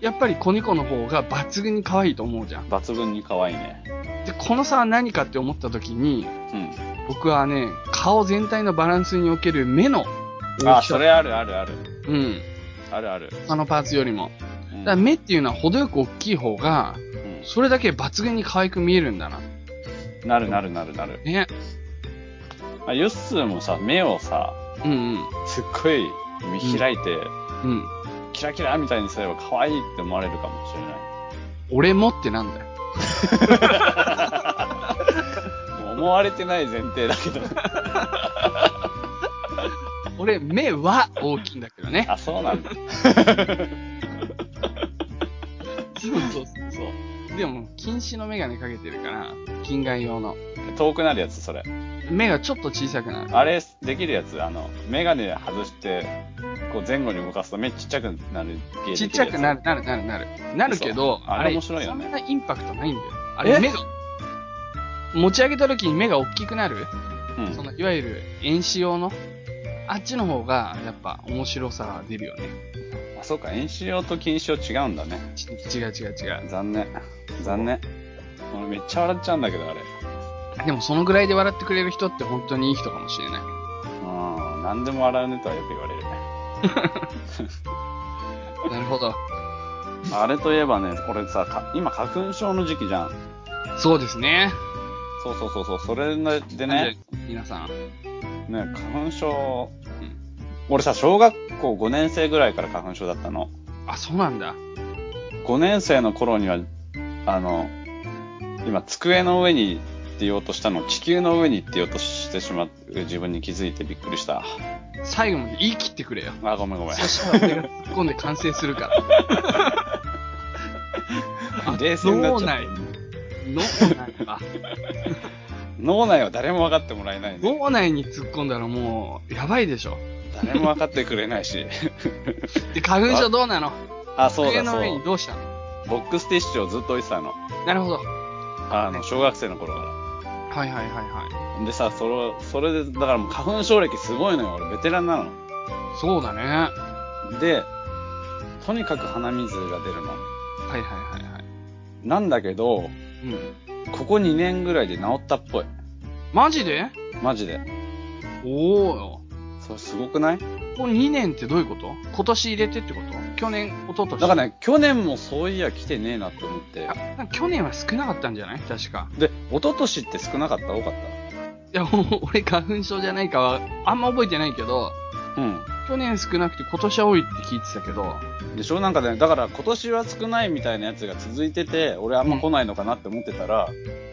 Speaker 4: やっぱり子猫の方が抜群に可愛いと思うじゃん。
Speaker 2: 抜群に可愛いね。
Speaker 4: で、この差は何かって思った時に、
Speaker 2: う
Speaker 4: 僕はね、顔全体のバランスにおける目の
Speaker 2: ん。あ、
Speaker 4: 大き
Speaker 2: そ
Speaker 4: さ。
Speaker 2: れあるあるある。
Speaker 4: うん。
Speaker 2: あるある。
Speaker 4: 他のパーツよりも。
Speaker 2: う
Speaker 4: だ
Speaker 2: ん
Speaker 4: から目っていうのは程よく大きい方が、
Speaker 2: う
Speaker 4: それだけ抜群に可愛く見えるんだな。
Speaker 2: んなるなるなるなる。
Speaker 4: ね。
Speaker 2: あユッスーもさ、目をさ、
Speaker 4: うんうん。
Speaker 2: すっごい見開いて、
Speaker 4: うん。
Speaker 2: キラキラみたいにすれば可愛いって思われるかもしれな
Speaker 4: 俺もってなんだよ。
Speaker 2: い。もう思われてない前提だけど。
Speaker 4: 俺、目は大きいんだけどね。
Speaker 2: あ、そうなんだ。
Speaker 4: そうそうそう。でも、近視のメガネかけてるから、近眼用の。
Speaker 2: 遠くなるやつ、それ。
Speaker 4: 目がちょっと小さくなる。
Speaker 2: あれ、できるやつ、あの、メガネ外して、こう前後に動かすと目ちっちゃくなるゲーム。
Speaker 4: ちっちゃくなる、なる、なる、なる。なるけど、
Speaker 2: 嘘あれ面白いよね
Speaker 4: そんなインパクトないんだよ。あれ、
Speaker 2: え
Speaker 4: 目が、持ち上げた時に目が大きくなる、
Speaker 2: うん。
Speaker 4: その、いわゆる、遠視用の、あっちの方が、やっぱ、面白さが出るよね。
Speaker 2: あ、そうか、遠視用と近視用違うんだね。
Speaker 4: ち違う違う違う。
Speaker 2: 残念。残念。俺めっちゃ笑っちゃうんだけど、あれ。
Speaker 4: でも、そのぐらいで笑ってくれる人って本当にいい人かもしれない。
Speaker 2: うん。何でも笑うねとはよく言われる。
Speaker 4: なるほど。
Speaker 2: あれといえばね、俺さ、か今花粉症の時期じゃん。
Speaker 4: そうですね。
Speaker 2: そうそうそうそう、それでね、
Speaker 4: 皆さん。
Speaker 2: ね、花粉症、うん俺さ、小学校5年生ぐらいから花粉症だったの。
Speaker 4: あ、そうなんだ。
Speaker 2: 5年生の頃には、あの、今、机の上にって言おうとしたの、地球の上にって言おうとしてしまう自分に気づいてびっくりした。
Speaker 4: 最後まで言い切ってくれよ。
Speaker 2: あ、ごめん ごめん。
Speaker 4: そしたら俺が突っ込んで完成する から。あ
Speaker 2: 冷静になっちゃっ
Speaker 4: 脳
Speaker 2: た
Speaker 4: 内。。脳内か。
Speaker 2: 脳内は誰も分かってもらえないね。
Speaker 4: 脳内に突っ込んだらもう、やばいでしょ。
Speaker 2: 誰も分かってくれないし。
Speaker 4: で、花粉症どうなの
Speaker 2: あ、そう
Speaker 4: 机
Speaker 2: だそ
Speaker 4: の上に
Speaker 2: う。
Speaker 4: どうしたの
Speaker 2: ボックスティッシュをずっと置いてたの。
Speaker 4: なるほど。はい
Speaker 2: あの、小学生の頃から。
Speaker 4: はいはいは
Speaker 2: でさ、それ、それで、だからもう花粉症歴すごいのよ。俺ベテランなの。
Speaker 4: い。そうだね。は
Speaker 2: で、とにかく鼻水が出るの。
Speaker 4: いはいはいはい。
Speaker 2: なんだけど、
Speaker 4: うん。
Speaker 2: ここ2年ぐらいで治ったっぽい。
Speaker 4: マジで
Speaker 2: マジで。
Speaker 4: おおよ。
Speaker 2: それすごくない
Speaker 4: この2年ってどういうこと今年入れてってこと去年、一昨年。
Speaker 2: だからね、去年もそういや来てねえなって思って
Speaker 4: あ。。なんか去年は少なかったんじゃない確か。
Speaker 2: で、一昨年って少なかった多かっ
Speaker 4: いや、もう俺花粉症じゃないかは、あんま覚えてないけど、
Speaker 2: たうん。
Speaker 4: 去年少なくて今年は多いって聞いてたけど、
Speaker 2: でしょなんかね、だから今年は少ないみたいなやつが続いてて、俺あんま来ないのかなって思ってたら、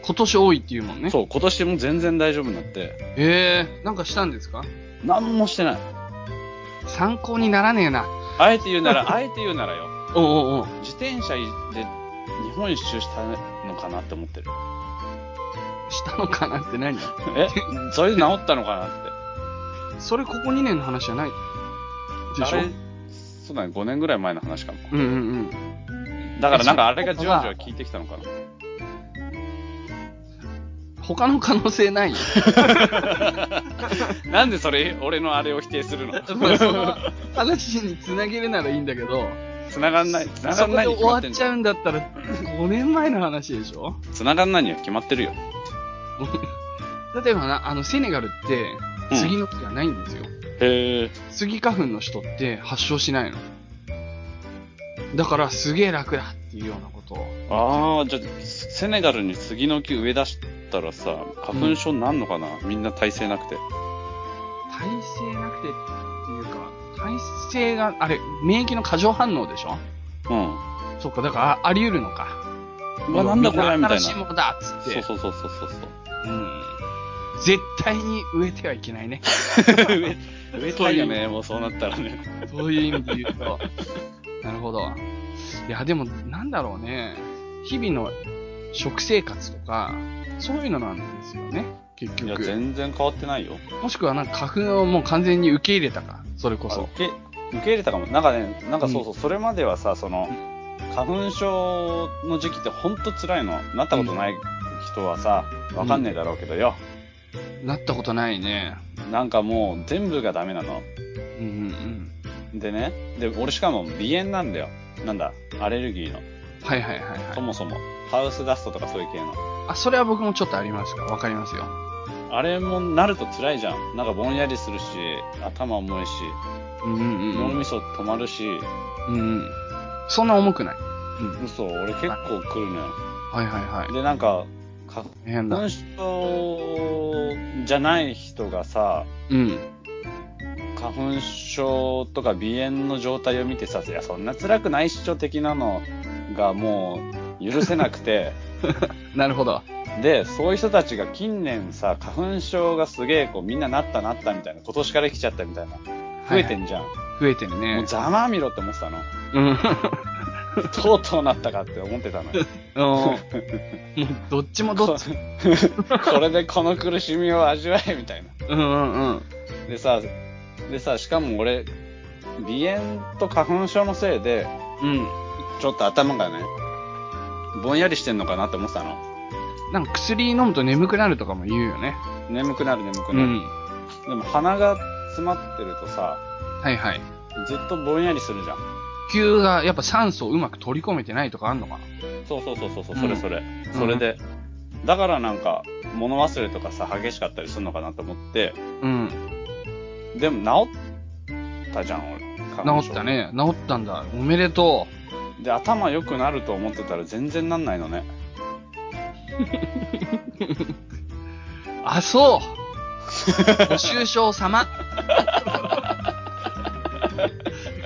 Speaker 4: 今年多いって言うもんね。
Speaker 2: そう、今年も全然大丈夫になって、
Speaker 4: ええー、なんかしたんですか
Speaker 2: なんもしてない。
Speaker 4: 参考にならねえな。
Speaker 2: あえて言うな ら、あえて言うならよ。
Speaker 4: おうおうおう。
Speaker 2: 自転車で日本一周したのかなって思ってる。
Speaker 4: したのかなって何
Speaker 2: えそれで治ったのかなっ
Speaker 4: それここ2年の話じゃない
Speaker 2: て。
Speaker 4: でし
Speaker 2: あ
Speaker 4: ょ
Speaker 2: れそうだね、5年ぐらい前の話かも。
Speaker 4: うんうん
Speaker 2: だからなんかあれがじわじわ効いてきたの かな。
Speaker 4: うん。他の可能性ないよ。
Speaker 2: なんでそれ、俺のあれを否定するの
Speaker 4: まあその話に繋げるならいいんだけど、
Speaker 2: 繋がんない、繋が
Speaker 4: そ
Speaker 2: ん
Speaker 4: こ
Speaker 2: な
Speaker 4: で
Speaker 2: いに
Speaker 4: 終
Speaker 2: 決ま
Speaker 4: わ
Speaker 2: って
Speaker 4: っ
Speaker 2: ん
Speaker 4: ち
Speaker 2: じ
Speaker 4: ゃ
Speaker 2: ゃん。
Speaker 4: うんだったら、5年前の話でしょ
Speaker 2: 繋がんないには決まってるよ。
Speaker 4: 例えばな、あの、セネガルって、
Speaker 2: うん
Speaker 4: 杉の木がないんですよ。
Speaker 2: へえ。
Speaker 4: スギ花粉の人って発症しないの。だからすげえ楽だっていうようなこと
Speaker 2: あ
Speaker 4: を。
Speaker 2: あ、じゃあ、セネガルに杉の木植え出したらさ、花粉症なんのかな、みんな耐性なくて。
Speaker 4: 耐性なくてっていうか、耐性が、あれ、免疫の過剰反応でしょ
Speaker 2: うん。
Speaker 4: そっか、だからああり得るのか。
Speaker 2: うわ、なんだこれみたいな。
Speaker 4: 新しい
Speaker 2: そ
Speaker 4: ものだっつって。
Speaker 2: うそうそうそうそうそう。
Speaker 4: うん。絶対に植えてはいけない ね。
Speaker 2: 植え植えたいよね、もうそうなったらね。
Speaker 4: そういう意味で言うと。なるほど。いや、でも、なんだろうね。日々の食生活とか、そういうのなんですよね。結
Speaker 2: いや、
Speaker 4: 局。
Speaker 2: 全然変わってないよ。
Speaker 4: もしくは、なんか花粉をもう完全に受け入れたか。それこ
Speaker 2: あ
Speaker 4: そ
Speaker 2: 受。け受け入れたかも。なんかね、なんかそうそう、それまではさ、その、花粉症の時期ってほんと辛いの。なったことない人はさ、わかんねえだろうけどよ。
Speaker 4: なったことないね。
Speaker 2: なんかもう全部がダメなの。
Speaker 4: うんうんうん。
Speaker 2: でね、で、俺しかも鼻炎なんだよ。なんだ、アレルギーの。
Speaker 4: はいはいはいは
Speaker 2: そ
Speaker 4: い。
Speaker 2: もそも。ハウスダストとかそういう系の。
Speaker 4: あ、それは僕もちょっとありますから、わかりますよ。
Speaker 2: あれもなると辛いじゃん。なんかぼんやりするし、頭重いし、
Speaker 4: うんうんう
Speaker 2: 脳
Speaker 4: ん
Speaker 2: みそ止まるし、
Speaker 4: うんうん。そんな重くない。うん。
Speaker 2: 嘘、俺結構来るのよ。
Speaker 4: はいはいはい。
Speaker 2: で、なんか、花
Speaker 4: 変だ
Speaker 2: 粉。症じゃない人がさ、
Speaker 4: うん。
Speaker 2: 花粉症とか鼻炎の状態を見てさ、いや、そんな辛くないっしょ的なのがもう許せなくて、
Speaker 4: なるほど。
Speaker 2: で、そういう人たちが近年さ、花粉症がすげえ、こう、みんななったなったみたいな、今年から来ちゃったみたいな、増えてんじゃん。
Speaker 4: 増えてる
Speaker 2: もう
Speaker 4: ね。
Speaker 2: ざまあみろって思ってたの。
Speaker 4: うん。 うん
Speaker 2: とうとうなったかって思ってたのよ。
Speaker 4: もうどっちもどっち。
Speaker 2: これでこの苦しみを味わえ、みたいな。
Speaker 4: うんうんうん。
Speaker 2: でさ、でさ、しかも俺、鼻炎と花粉症のせいで、
Speaker 4: うん。
Speaker 2: ちょっと頭がね、ぼんやりしてんのかなって思ってたの。
Speaker 4: なんか薬飲むと眠くなるとかも言うよね。
Speaker 2: 眠くなる眠く
Speaker 4: う
Speaker 2: なる。
Speaker 4: ん。
Speaker 2: でも鼻が詰まってるとさ、
Speaker 4: はいはい。
Speaker 2: ずっとぼんやりするじゃん。
Speaker 4: 呼吸がやっぱ酸素をうまく取り込めてないとかあんのかな
Speaker 2: そうそうそうそうそう、
Speaker 4: うん
Speaker 2: それそれ。それで、だからなんか、物忘れとかさ、激しかったりするのかなと思って、
Speaker 4: うん。
Speaker 2: でも治ったじゃん、俺。花粉
Speaker 4: 治
Speaker 2: 症
Speaker 4: った。ね。治ったんだ。おめでと
Speaker 2: で、頭良くなると思ってたら全然なんないの ね。
Speaker 4: う。あ、 そうご愁傷様。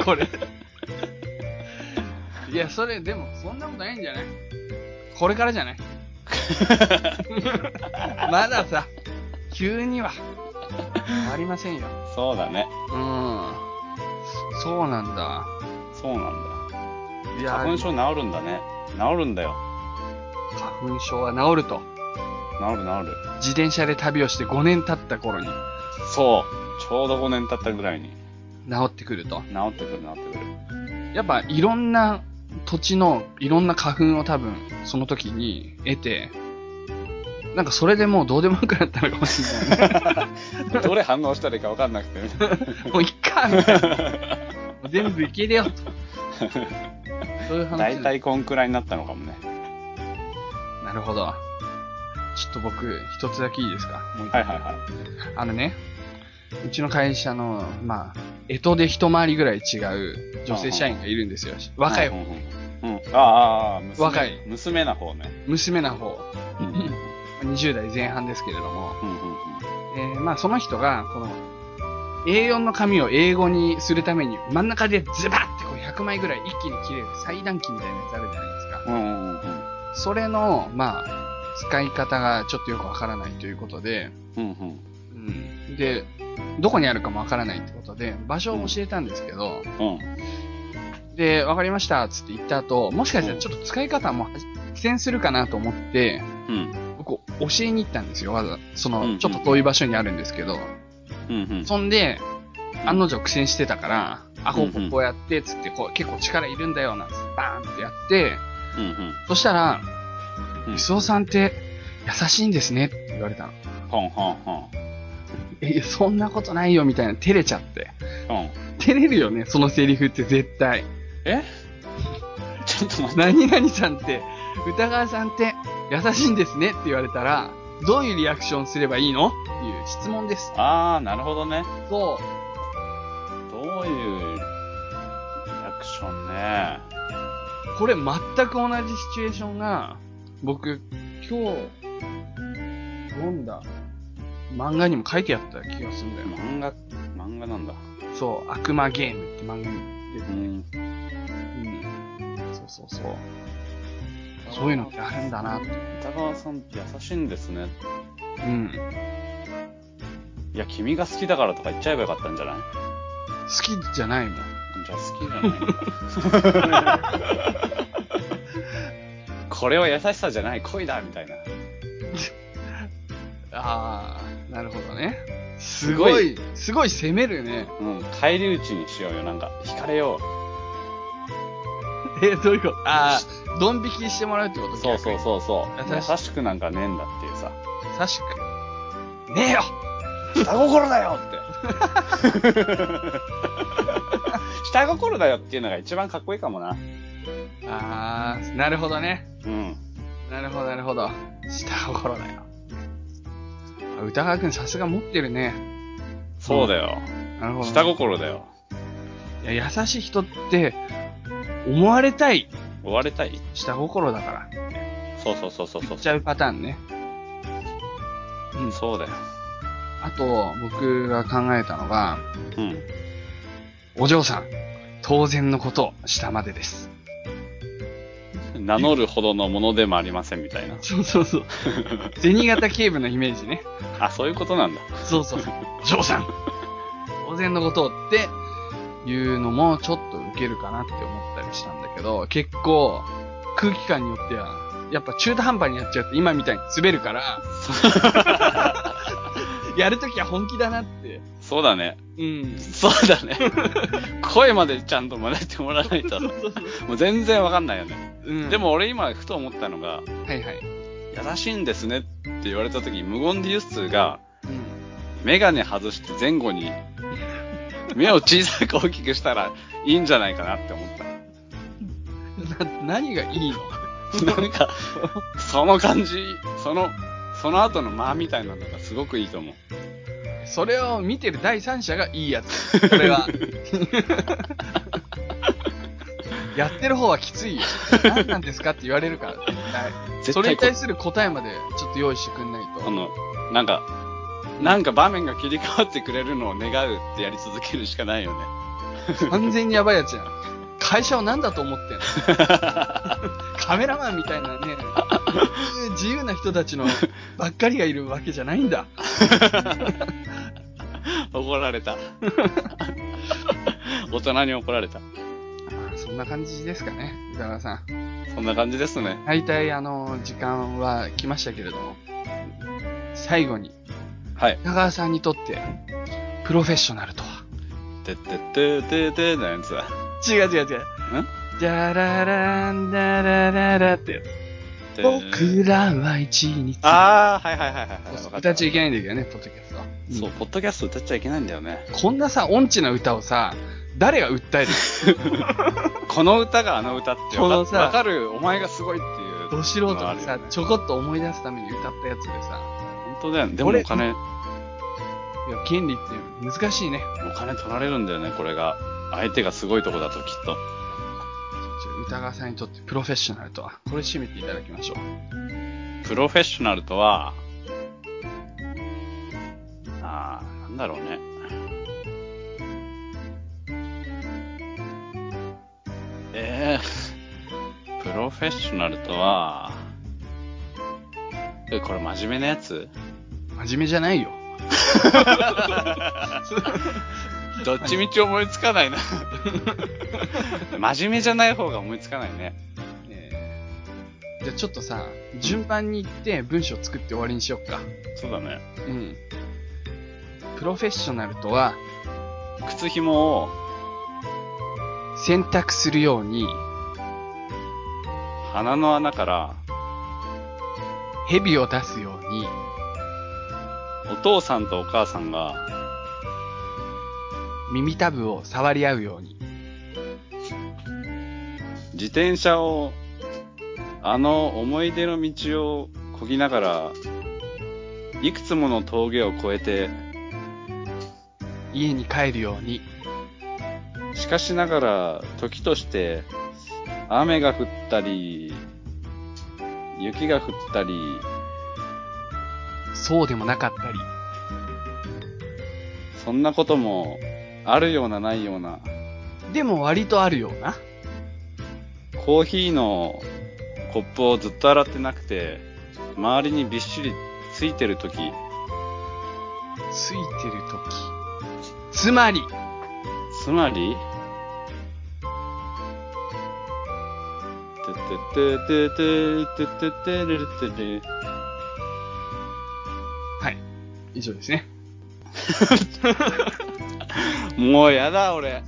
Speaker 4: これ。いや、それ、でも、そんなことないんじゃないこれからじゃないまださ、急には、ありませんよ。
Speaker 2: そうだね。
Speaker 4: うん。そうなんだ。
Speaker 2: そうなんだよ。
Speaker 4: い
Speaker 2: 花粉症治るんだね。治るんだよ。
Speaker 4: 花粉症は治ると。
Speaker 2: 治る治る。
Speaker 4: 自転車で旅をして5年経った頃に
Speaker 2: そう。ちょうど5年経ったぐらいに。
Speaker 4: 治ってくると。
Speaker 2: 治ってくる治ってくる。
Speaker 4: やっぱいろんな土地のいろんな花粉を多分その時に得て、なんかそれでもうどうでもよくなったのかもしれないね。
Speaker 2: どれ反応したらいいか分かんなくて。
Speaker 4: もういっかみたいな。も う全部受け入れようと。そういう話。
Speaker 2: 大体こんくらいになったのかもね。
Speaker 4: なるほど。ちょっと僕、一つだけいいですかもう一個
Speaker 2: はいはいは
Speaker 4: あのね、うちの会社の、まあ、えとで一回りぐらい違う女性社員がいるんですよ。
Speaker 2: い。
Speaker 4: 若い
Speaker 2: うん
Speaker 4: 方、
Speaker 2: うん。うん。ああああ、娘
Speaker 4: 若い
Speaker 2: 娘な方ね。
Speaker 4: 娘な方、
Speaker 2: うんうんうん
Speaker 4: 20代前半ですけれども、
Speaker 2: うん。
Speaker 4: えーまあその人が、この A4 の紙を英語にするために真ん中でズバッてこう100枚ぐらい一気に切れる裁断機みたいなやつあるじゃないですか。
Speaker 2: うんうんうんうん。
Speaker 4: それの、まあ、使い方がちょっとよくわからないということで、
Speaker 2: うんうん。
Speaker 4: うん。で、どこにあるかもわからないってことで、場所を教えたんですけど、
Speaker 2: うん。
Speaker 4: で、わかりました、つって言った後、もしかしたらちょっと使い方も苦戦するかなと思って、
Speaker 2: うん。
Speaker 4: 僕、教えに行ったんですよ、わざそ
Speaker 2: うんう
Speaker 4: の、
Speaker 2: ん
Speaker 4: ちょっと遠い場所にあるんですけど。
Speaker 2: うんうん。
Speaker 4: そんで、案の定苦戦してたから、あ、こうこ
Speaker 2: うんう
Speaker 4: うんこうやって、つって、こう、結構力いるんだよ、なんつって、バーンってやって、
Speaker 2: うんうん。
Speaker 4: そしたら、
Speaker 2: うん
Speaker 4: 磯尾さんって、優しいんですねって言われたの。
Speaker 2: ほんほんほん。
Speaker 4: え、いやそんなことないよ、みたいな、照れちゃって。
Speaker 2: ほん。
Speaker 4: 照れるよね、そのセリフって絶対。
Speaker 2: えちょっと待って。
Speaker 4: 何々さんって、歌川さんって優しいんですねって言われたら、どういうリアクションすればいいのっていう質問です。
Speaker 2: ああ、なるほどね。
Speaker 4: そ
Speaker 2: どういうリアクションね。
Speaker 4: う。これ全く同じシチュエーションが、僕、今日、読んだ漫画にも書いてあった気がするんだよな。
Speaker 2: 漫画、漫画なんだ。
Speaker 4: そう、悪魔ゲームって漫画に出
Speaker 2: う
Speaker 4: てて、
Speaker 2: ん。
Speaker 4: うん。そうそうそう。そういうのってあるんだなって。
Speaker 2: 歌川さんって優しいんですね。
Speaker 4: うん。
Speaker 2: いや、君が好きだからとか言っちゃえばよかったんじゃない
Speaker 4: 好きじゃないもん。
Speaker 2: じゃあ好きじゃないんだ これは優しさじゃない恋だみたいな
Speaker 4: ああ、なるほどね。す
Speaker 2: ご
Speaker 4: ご
Speaker 2: い
Speaker 4: い、すごい攻めるね。
Speaker 2: うん返り討ちにしようよなんか惹かれよ
Speaker 4: え、どういうことああ、ドン引きしてもらうってこと
Speaker 2: うそうそうそうそう
Speaker 4: 優
Speaker 2: 優
Speaker 4: しい
Speaker 2: しくなんかねえんだっていうさ
Speaker 4: う。確かに。ねえよ
Speaker 2: 下心だよって 下心だよっていうのが一番かっこいいかもな
Speaker 4: ああ、なるほどね。
Speaker 2: うん
Speaker 4: なるほど、なるほど。下心だよ。あ歌川くんさすが持ってるね。
Speaker 2: そうだよ、
Speaker 4: なるほど、ね。
Speaker 2: 下心だよ
Speaker 4: いや優しい人って、思われたい
Speaker 2: 追われたい
Speaker 4: 下心だから。
Speaker 2: そうそうそうそうそ
Speaker 4: 言
Speaker 2: う
Speaker 4: っちゃうパターンね。
Speaker 2: うんそうだよ
Speaker 4: あと、僕が考えたのが、
Speaker 2: うん
Speaker 4: お嬢さん、当然のこと、下まで です。
Speaker 2: 名乗るほどのものでもありませんみたいな。
Speaker 4: そうそうそう。銭形警部のイメージね。
Speaker 2: あ、そういうことなんだ。
Speaker 4: そうそうそう。お嬢さん、当然のことっていうのもちょっとウケるかなって思ったりしたんだけど、結構、空気感によっては、やっぱ中途半端にやっちゃって今みたいに滑 るから、やるときは本気だなって。
Speaker 2: そうだね。
Speaker 4: うん。
Speaker 2: そうだ ね。声までちゃんと真似してもらわないと。もう全然わかんないよね。
Speaker 4: うん、
Speaker 2: で、も俺今ふと思ったのが、
Speaker 4: はいはい。
Speaker 2: 優しいんですねって言われた時に無言でユッスーが、
Speaker 4: うん。
Speaker 2: メガネ外して前後に、目を小さく大きくしたらいいんじゃないかなって思った。
Speaker 4: な、何がいいの
Speaker 2: なんか、その感じ、その、その後の間みたいなのがすごくいいと思う。
Speaker 4: それを見てる第三者がいい やつ。これは。やってる方はきついよ。何なんですかって言われるから、
Speaker 2: 絶対
Speaker 4: 絶対。それに
Speaker 2: こ
Speaker 4: 対する答えまでちょっと用意してくんない
Speaker 2: あ
Speaker 4: と。
Speaker 2: の、なんか、なんか場面が切り替わってくれるのを願うってやり続けるしかないよね。
Speaker 4: 完全にやばいやつやん。会社を何だと 思ってんのカメラマンみたいなね、自由な人たちのばっかりがいるわけじゃないんだ。
Speaker 2: 怒られ た。大人に怒られた。
Speaker 4: そんな感じですかね、宇田川さん。
Speaker 2: そんな感じですね。
Speaker 4: 大体、あの、時間は来ましたけれども、最後に、
Speaker 2: はい。
Speaker 4: 宇田川さんにとって、プロフェッショナルとは
Speaker 2: てってってってってのやつだ。
Speaker 4: 違う違う違う。じゃららんだらららってやつ。
Speaker 2: て
Speaker 4: 僕らは一日。
Speaker 2: あー、はいはいはいはいはい。わかった
Speaker 4: 歌っちゃいけないんだけどね、ポッドキャストは。
Speaker 2: そう、ポッドキャスト歌っちゃいけないんだよね。
Speaker 4: こんなさ、音痴な歌をさ、誰が訴える
Speaker 2: この歌があの歌って
Speaker 4: こ
Speaker 2: わ
Speaker 4: の
Speaker 2: か
Speaker 4: さ
Speaker 2: わかる、お前がすごいっていう。
Speaker 4: ど素人
Speaker 2: のあ
Speaker 4: が
Speaker 2: る
Speaker 4: さ
Speaker 2: よね、
Speaker 4: ちょこっと思い出すために歌ったやつでさ、
Speaker 2: 本当だよね。でもお
Speaker 4: 俺
Speaker 2: 金、
Speaker 4: いや、権利って難しいね。
Speaker 2: お金取られるんだよね、これが。相手がすごいとこだときっと。
Speaker 4: ちょ歌川さんにとってプロフェッショナルとは、これ締めていただきましょう。
Speaker 2: プロフェッショナルとは、ああ、なんだろうね。ええプロフェッショナルとは、え、これ真面目なやつ
Speaker 4: 真面目じゃないよ。
Speaker 2: どっちみち思いつかないな。真面目じゃない方が思いつかないね。
Speaker 4: えーじゃあちょっとさ、順番に行って文章作って終わりにしよっか。
Speaker 2: そうだね。
Speaker 4: うん。プロフェッショナルとは、
Speaker 2: 靴紐を
Speaker 4: 選択するように、
Speaker 2: 鼻の穴から
Speaker 4: 蛇を出すように、
Speaker 2: お父さんとお母さんが
Speaker 4: 耳たぶを触り合うように。
Speaker 2: 自転車をあの思い出の道をこぎながらいくつもの峠を越えて
Speaker 4: 家に帰るように
Speaker 2: しかしながら時として雨が降ったり雪が降ったり
Speaker 4: そうでもなかったり
Speaker 2: そんなこともあるようなないような
Speaker 4: でも割とあるような
Speaker 2: コーヒーのコップをずっと洗ってなくて周りにびっしりついてる時
Speaker 4: ついてる時つまり
Speaker 2: つまりてってってってってってれれってれ。
Speaker 4: はい。以上ですね。
Speaker 2: もうやだ、俺。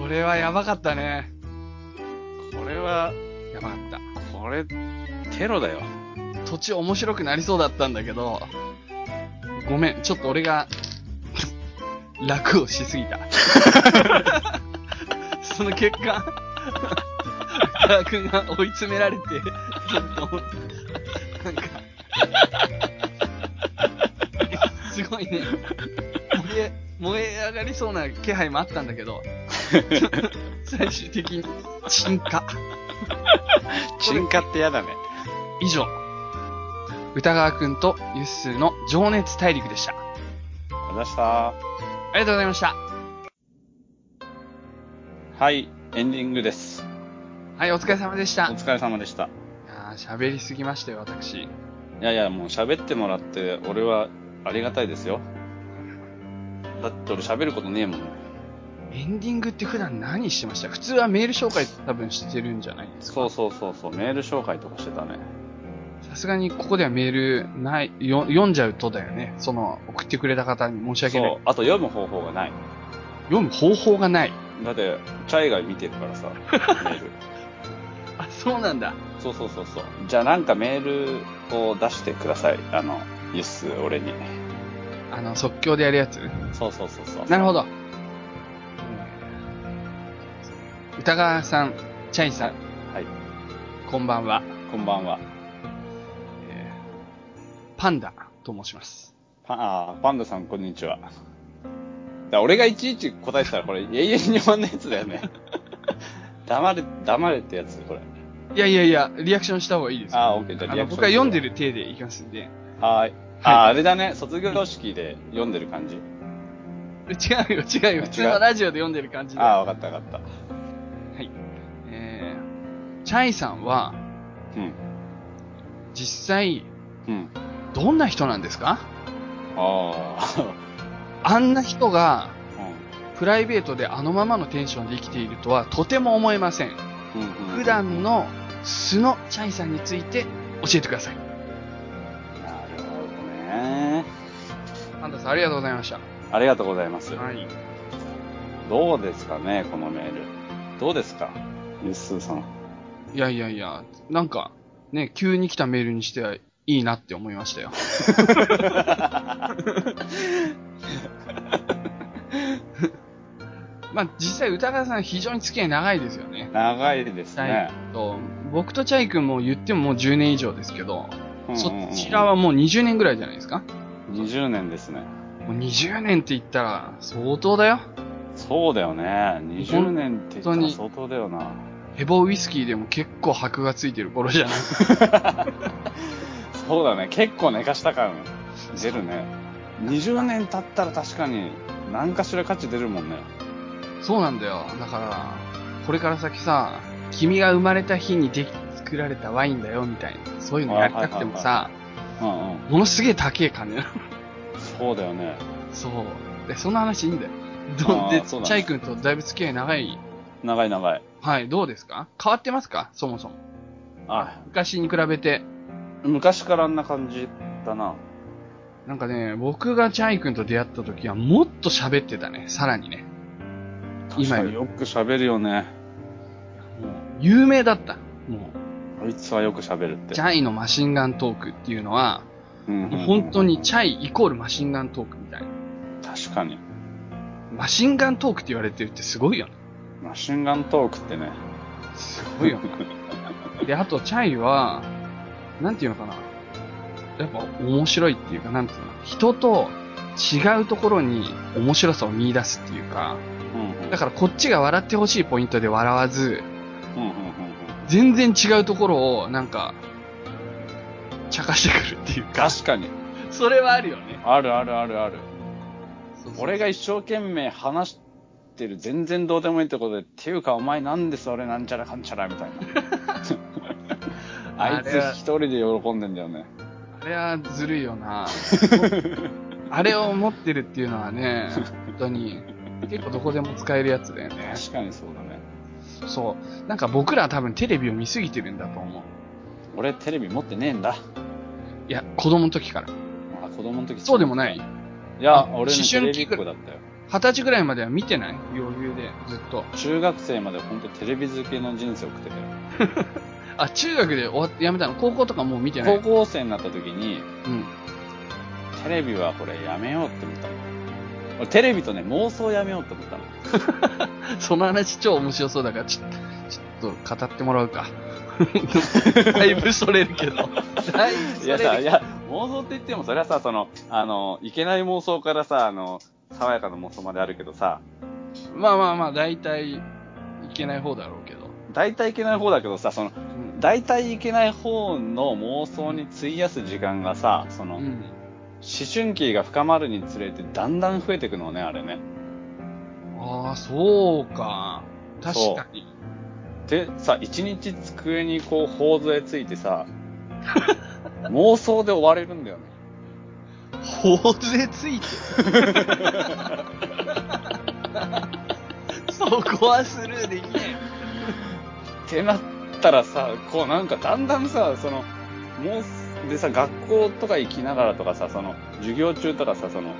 Speaker 4: これはやばかったね。
Speaker 2: これは、
Speaker 4: やばかっ
Speaker 2: これ、テロだよ。
Speaker 4: た。土地面白くなりそうだったんだけど、ごめん、ちょっと俺が、楽をしすぎた。 その結果、原君が追い詰められて、ちょっと、なんか、すごいね、燃え、燃え上がりそうな気配もあったんだけど、最終的に、沈下。
Speaker 2: 沈下ってやだね。
Speaker 4: 以上、歌川くんとゆっすーの情熱大陸でした。
Speaker 2: ありがとうございました。
Speaker 4: ありがとうございました。
Speaker 2: はい、エンディングです。
Speaker 4: はい、お疲れ様でし
Speaker 2: お
Speaker 4: た。い
Speaker 2: 疲れ様でした。
Speaker 4: やー喋りすぎましたよ、私。
Speaker 2: いやいや、もう喋ってもらって、俺はありがたいですよ。だって俺喋ることねえもん。
Speaker 4: エンディングって普段何してました普通はメール紹介多分してるんじゃないですか
Speaker 2: そうそうそうそう、メール紹介とかしてたね。
Speaker 4: さすがにここではメールないよ読んじゃうとだよね。その送ってくれた方に申し訳な
Speaker 2: そ。、
Speaker 4: いう
Speaker 2: あと読む方法がない。
Speaker 4: 読む方法がない。
Speaker 2: だって、チャイが見てるから さ、メール。
Speaker 4: あ、そうなんだ。
Speaker 2: そうそうそうそう。じゃあなんかメールを出してください。あの、ユッス、俺に。
Speaker 4: あの、即興でやるやつ。
Speaker 2: そうそうそうそう。
Speaker 4: なるほど。歌川さん、チャイさん、
Speaker 2: はい。
Speaker 4: こんばんは。
Speaker 2: こんばんは。
Speaker 4: えーパンダと申します。
Speaker 2: パあーパンダさん、こんにちは。だ俺がいちいち答えてたら、これ、永遠に終わんないやつだよ ね。黙れ、黙れってやつ、これ。
Speaker 4: いやいやいや、リアクションした方がいいですよ。
Speaker 2: あー、オッケー、じゃあ
Speaker 4: あ
Speaker 2: リア
Speaker 4: の
Speaker 2: クション
Speaker 4: 僕は読んで。る体でいきますんで。
Speaker 2: はーい。あー、あれだね。卒業式で読んでる感じ。
Speaker 4: 違うよ、違うよ。普通のラジオで読んでる感じで。
Speaker 2: あー、わかったわかった。
Speaker 4: えーチャイさんは、
Speaker 2: うん。
Speaker 4: 実際、
Speaker 2: うん。
Speaker 4: どんな人なんですか
Speaker 2: あー。
Speaker 4: あんな人が、
Speaker 2: う
Speaker 4: プライベートであのままのテンションで生きているとはとても思えません。
Speaker 2: ん。うんうん
Speaker 4: 普段の素のチャイさんについて教えてください。
Speaker 2: なるほどね。
Speaker 4: パンダさんありがとうございました。
Speaker 2: ありがとうございます。
Speaker 4: い。
Speaker 2: どうですかね、このメール。どうですかゆっすーさん。
Speaker 4: いやいやいや、なんか、ね、急に来たメールにしてはいいなって思いました よ。まあ実際歌川さん非常に付き合い長いですよね。
Speaker 2: 長いですね。
Speaker 4: と僕とチャイ君も言ってももう10年以上ですけど、
Speaker 2: うんうんうん
Speaker 4: そちらはもう20年ぐらいじゃないですか
Speaker 2: 20年ですね。
Speaker 4: もう20年って言ったら相当だよ。
Speaker 2: そうだよね。20年って言った
Speaker 4: 本当
Speaker 2: ら
Speaker 4: に
Speaker 2: 相当だよな。
Speaker 4: ヘボウイスキーでも結構箔がついてる頃じゃない
Speaker 2: そうだね。結構寝かした感出るね。20年経ったら確かに何かしら価値出るもんね。
Speaker 4: そうなんだよ。だから、これから先さ、君が生まれた日にでき作られたワインだよみたいな、そういうのやりたくてもさ、
Speaker 2: うんうん。
Speaker 4: ものすげえ高え金なの。
Speaker 2: そうだよね。
Speaker 4: そう。で、そんな話いいんだよ。
Speaker 2: あ
Speaker 4: ど
Speaker 2: ー
Speaker 4: うで、チ
Speaker 2: そうなんだ
Speaker 4: ャイ君とだいぶ付き合い長い。
Speaker 2: 長い長い。
Speaker 4: はい、どうですか変わってますかそもそも。
Speaker 2: あ、
Speaker 4: 昔に比べて。
Speaker 2: 昔からあんな感じだな。
Speaker 4: なんかね、僕がチャイ君と出会った時はもっと喋ってたね、さらにね。今
Speaker 2: 今
Speaker 4: より
Speaker 2: よく喋るよね。
Speaker 4: もう、有名だった。も
Speaker 2: あいつはよく喋るっ
Speaker 4: う、
Speaker 2: て。
Speaker 4: チャイのマシンガントークっていうのは、
Speaker 2: うんうんうん
Speaker 4: もう本当にチャイイコールマシンガントークみたいな。
Speaker 2: 確かに。
Speaker 4: マシンガントークって言われてるってすごいよね。
Speaker 2: マシンガントークってね。
Speaker 4: すごいよね。で、あと、チャイは、なんていうのかな。やっぱ面白いっていうか、なんていうの人と違うところに面白さを見出すっていうか、
Speaker 2: うんうん
Speaker 4: だからこっちが笑ってほしいポイントで笑わず、
Speaker 2: うんうんうんうん
Speaker 4: 全然違うところを、なんか、茶化してくるっていうか、
Speaker 2: 確かに。
Speaker 4: それはあるよね。
Speaker 2: あるあるあるある。俺が一生懸命話してる全然どうでもいいところで、っていうかお前なんでそれなんちゃらかんちゃらみたいな。 あいつ一人で喜んでんだよね。
Speaker 4: あれはずるいよ な。あれを持ってるっていうのはね、本当に、結構どこでも使えるやつだよね。
Speaker 2: 確かにそうだね。
Speaker 4: そう。なんか僕らは多分テレビを見すぎてるんだと思う。
Speaker 2: 俺テレビ持ってねえんだ。
Speaker 4: いや、子供の時から。
Speaker 2: あ、子供の時
Speaker 4: そうでもない。
Speaker 2: いや
Speaker 4: あ、
Speaker 2: 俺ね、
Speaker 4: 思
Speaker 2: テレ
Speaker 4: 春
Speaker 2: ビ
Speaker 4: 期
Speaker 2: っ子だったよ。
Speaker 4: 二十歳ぐらいまでは見てない余裕で、ずっと。
Speaker 2: 中学生まで本当テレビ漬けの人生を送ってたよ。
Speaker 4: あ、中学で終わってやめたの高校とかもう見てない
Speaker 2: 高。校生になった時に、
Speaker 4: うん。
Speaker 2: テレビはこれやめようって思ったの。俺テレビとね、妄想やめようって思ったの。
Speaker 4: その話超面白そうだから、ちょっと、ちょっと語ってもらう か。だいぶそれるけど。だいぶ
Speaker 2: い
Speaker 4: それ
Speaker 2: や
Speaker 4: る
Speaker 2: さ、いや、妄想って言っても、それはさ、その、あの、いけない妄想からさ、あの、爽やかな妄想まであるけどさ、
Speaker 4: まあまあまあ、大体、いけない方だろうけど。
Speaker 2: 大体いけない方だけどさ、その、
Speaker 4: うん。
Speaker 2: 大体いけない方の妄想に費やす時間がさ、その、
Speaker 4: う
Speaker 2: 思
Speaker 4: ん
Speaker 2: 春期が深まるにつれて、だんだん増えていくのね、あれね。
Speaker 4: ああ、そうか。確かに。
Speaker 2: で、さ、一日机にこう、頬杖ついて さ、妄想で終われるんだよね。
Speaker 4: 頬杖ついてる。そこはスルーできない。
Speaker 2: ってなったらさこうなんかだんだんさそのもうでさ学校とか行きながらとかさその授業中とかさその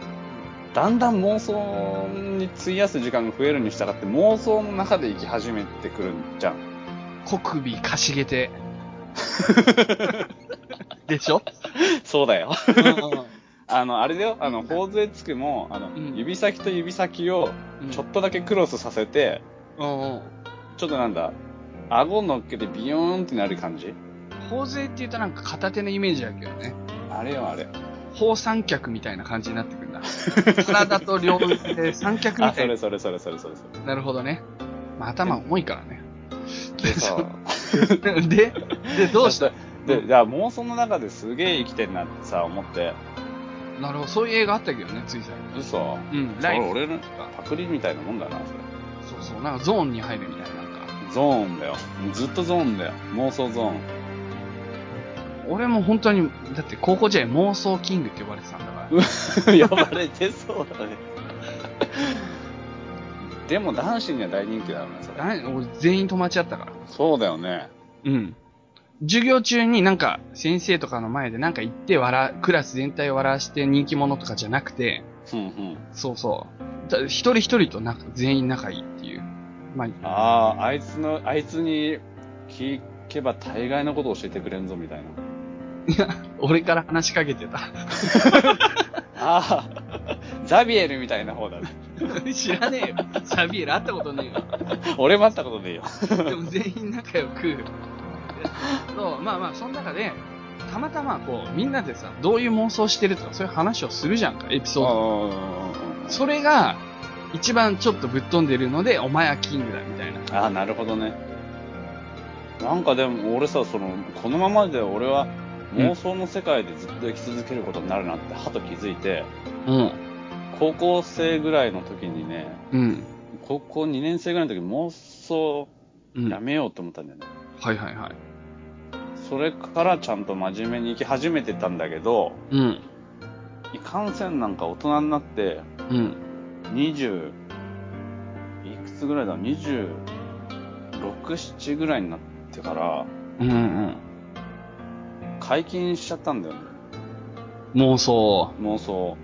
Speaker 2: だんだん妄想に費やす時間が増えるに従って妄想の中で生き始めてくるじゃん
Speaker 4: 小首かしげ て。でしょ、
Speaker 2: そうだよ
Speaker 4: う
Speaker 2: あのあれだよあの頬杖つくもあの、
Speaker 4: ん
Speaker 2: 指先と指先を
Speaker 4: ん、
Speaker 2: ちょっとだけクロスさせて
Speaker 4: うんうん。
Speaker 2: ちょっとなんだ顎乗っけてビヨーンってなる感じ
Speaker 4: 頬杖って言うとなんか片手のイメージだけどね。
Speaker 2: あれよあれ
Speaker 4: 砲三脚みたいな感じになってくるん だ。体と両腕で三脚み
Speaker 2: あ
Speaker 4: た
Speaker 2: そ
Speaker 4: いな
Speaker 2: れ。それそれそれそれそれ
Speaker 4: なるほどね。まあ、頭重いからね。
Speaker 2: でさ
Speaker 4: で、で、どう した
Speaker 2: で、じゃあ妄想の中ですげえ生きてんなってさ、思って。
Speaker 4: なるほど、そういう映画あったけどね、つい最
Speaker 2: 嘘
Speaker 4: 近。うん、
Speaker 2: そ
Speaker 4: ラ
Speaker 2: れ
Speaker 4: イブ。
Speaker 2: 俺のパクリみたいなもんだな、それ。
Speaker 4: そうそう、なんかゾーンに入るみたいな、なんか。
Speaker 2: ゾーンだよ。ずっとゾーンだよ。妄想ゾーン。
Speaker 4: 俺も本当に、だって高校時代妄想キングって呼ばれてたんだか ら。
Speaker 2: 呼ばれてそうだね。 でも男子には大人気だよね、それ。
Speaker 4: だい俺全員友達だったから。
Speaker 2: そうだよね。
Speaker 4: うん。授業中になんか先生とかの前でなんか言って笑、クラス全体を笑わして人気者とかじゃなくて、
Speaker 2: うんうん。
Speaker 4: そうそう。だ一人一人となんか全員仲いいっていう。まあ、
Speaker 2: ああ、あいつの、あいつに聞けば大概のことを教えてくれんぞ、みたいな。
Speaker 4: 俺から話しかけてた。
Speaker 2: ああ、ザビエルみたいな方だね。
Speaker 4: 知らねえよ。シャビエル会ったことね
Speaker 2: 俺も会ったことねえよ。
Speaker 4: えよ。でも全員仲良く。そう、まあまあ、その中で、たまたまこう、みんなでさ、どういう妄想してるとか、そういう話をするじゃんか、エピソード。
Speaker 2: あ
Speaker 4: それが、一番ちょっとぶっ飛んでるので、お前はキングだ、みたいな。
Speaker 2: ああなるほどねなんかでも俺さそのこのままで俺は妄想の世界でずっと生き続けることになるなってはと気づいて
Speaker 4: うん。
Speaker 2: 高校生ぐらいの時にね
Speaker 4: うん。
Speaker 2: 高校2年生ぐらいの時に妄想
Speaker 4: うん。
Speaker 2: や
Speaker 4: はい
Speaker 2: めようと思ったんだよね、
Speaker 4: はいはい。
Speaker 2: それからちゃんと真面目に生き始めてたんだけど
Speaker 4: うん。
Speaker 2: いかんせんなんか大人になって
Speaker 4: うん。
Speaker 2: 20いくつぐらいだ267ぐらいになってから
Speaker 4: うんうん。
Speaker 2: 解禁しちゃったんだよね
Speaker 4: 妄想。
Speaker 2: 妄想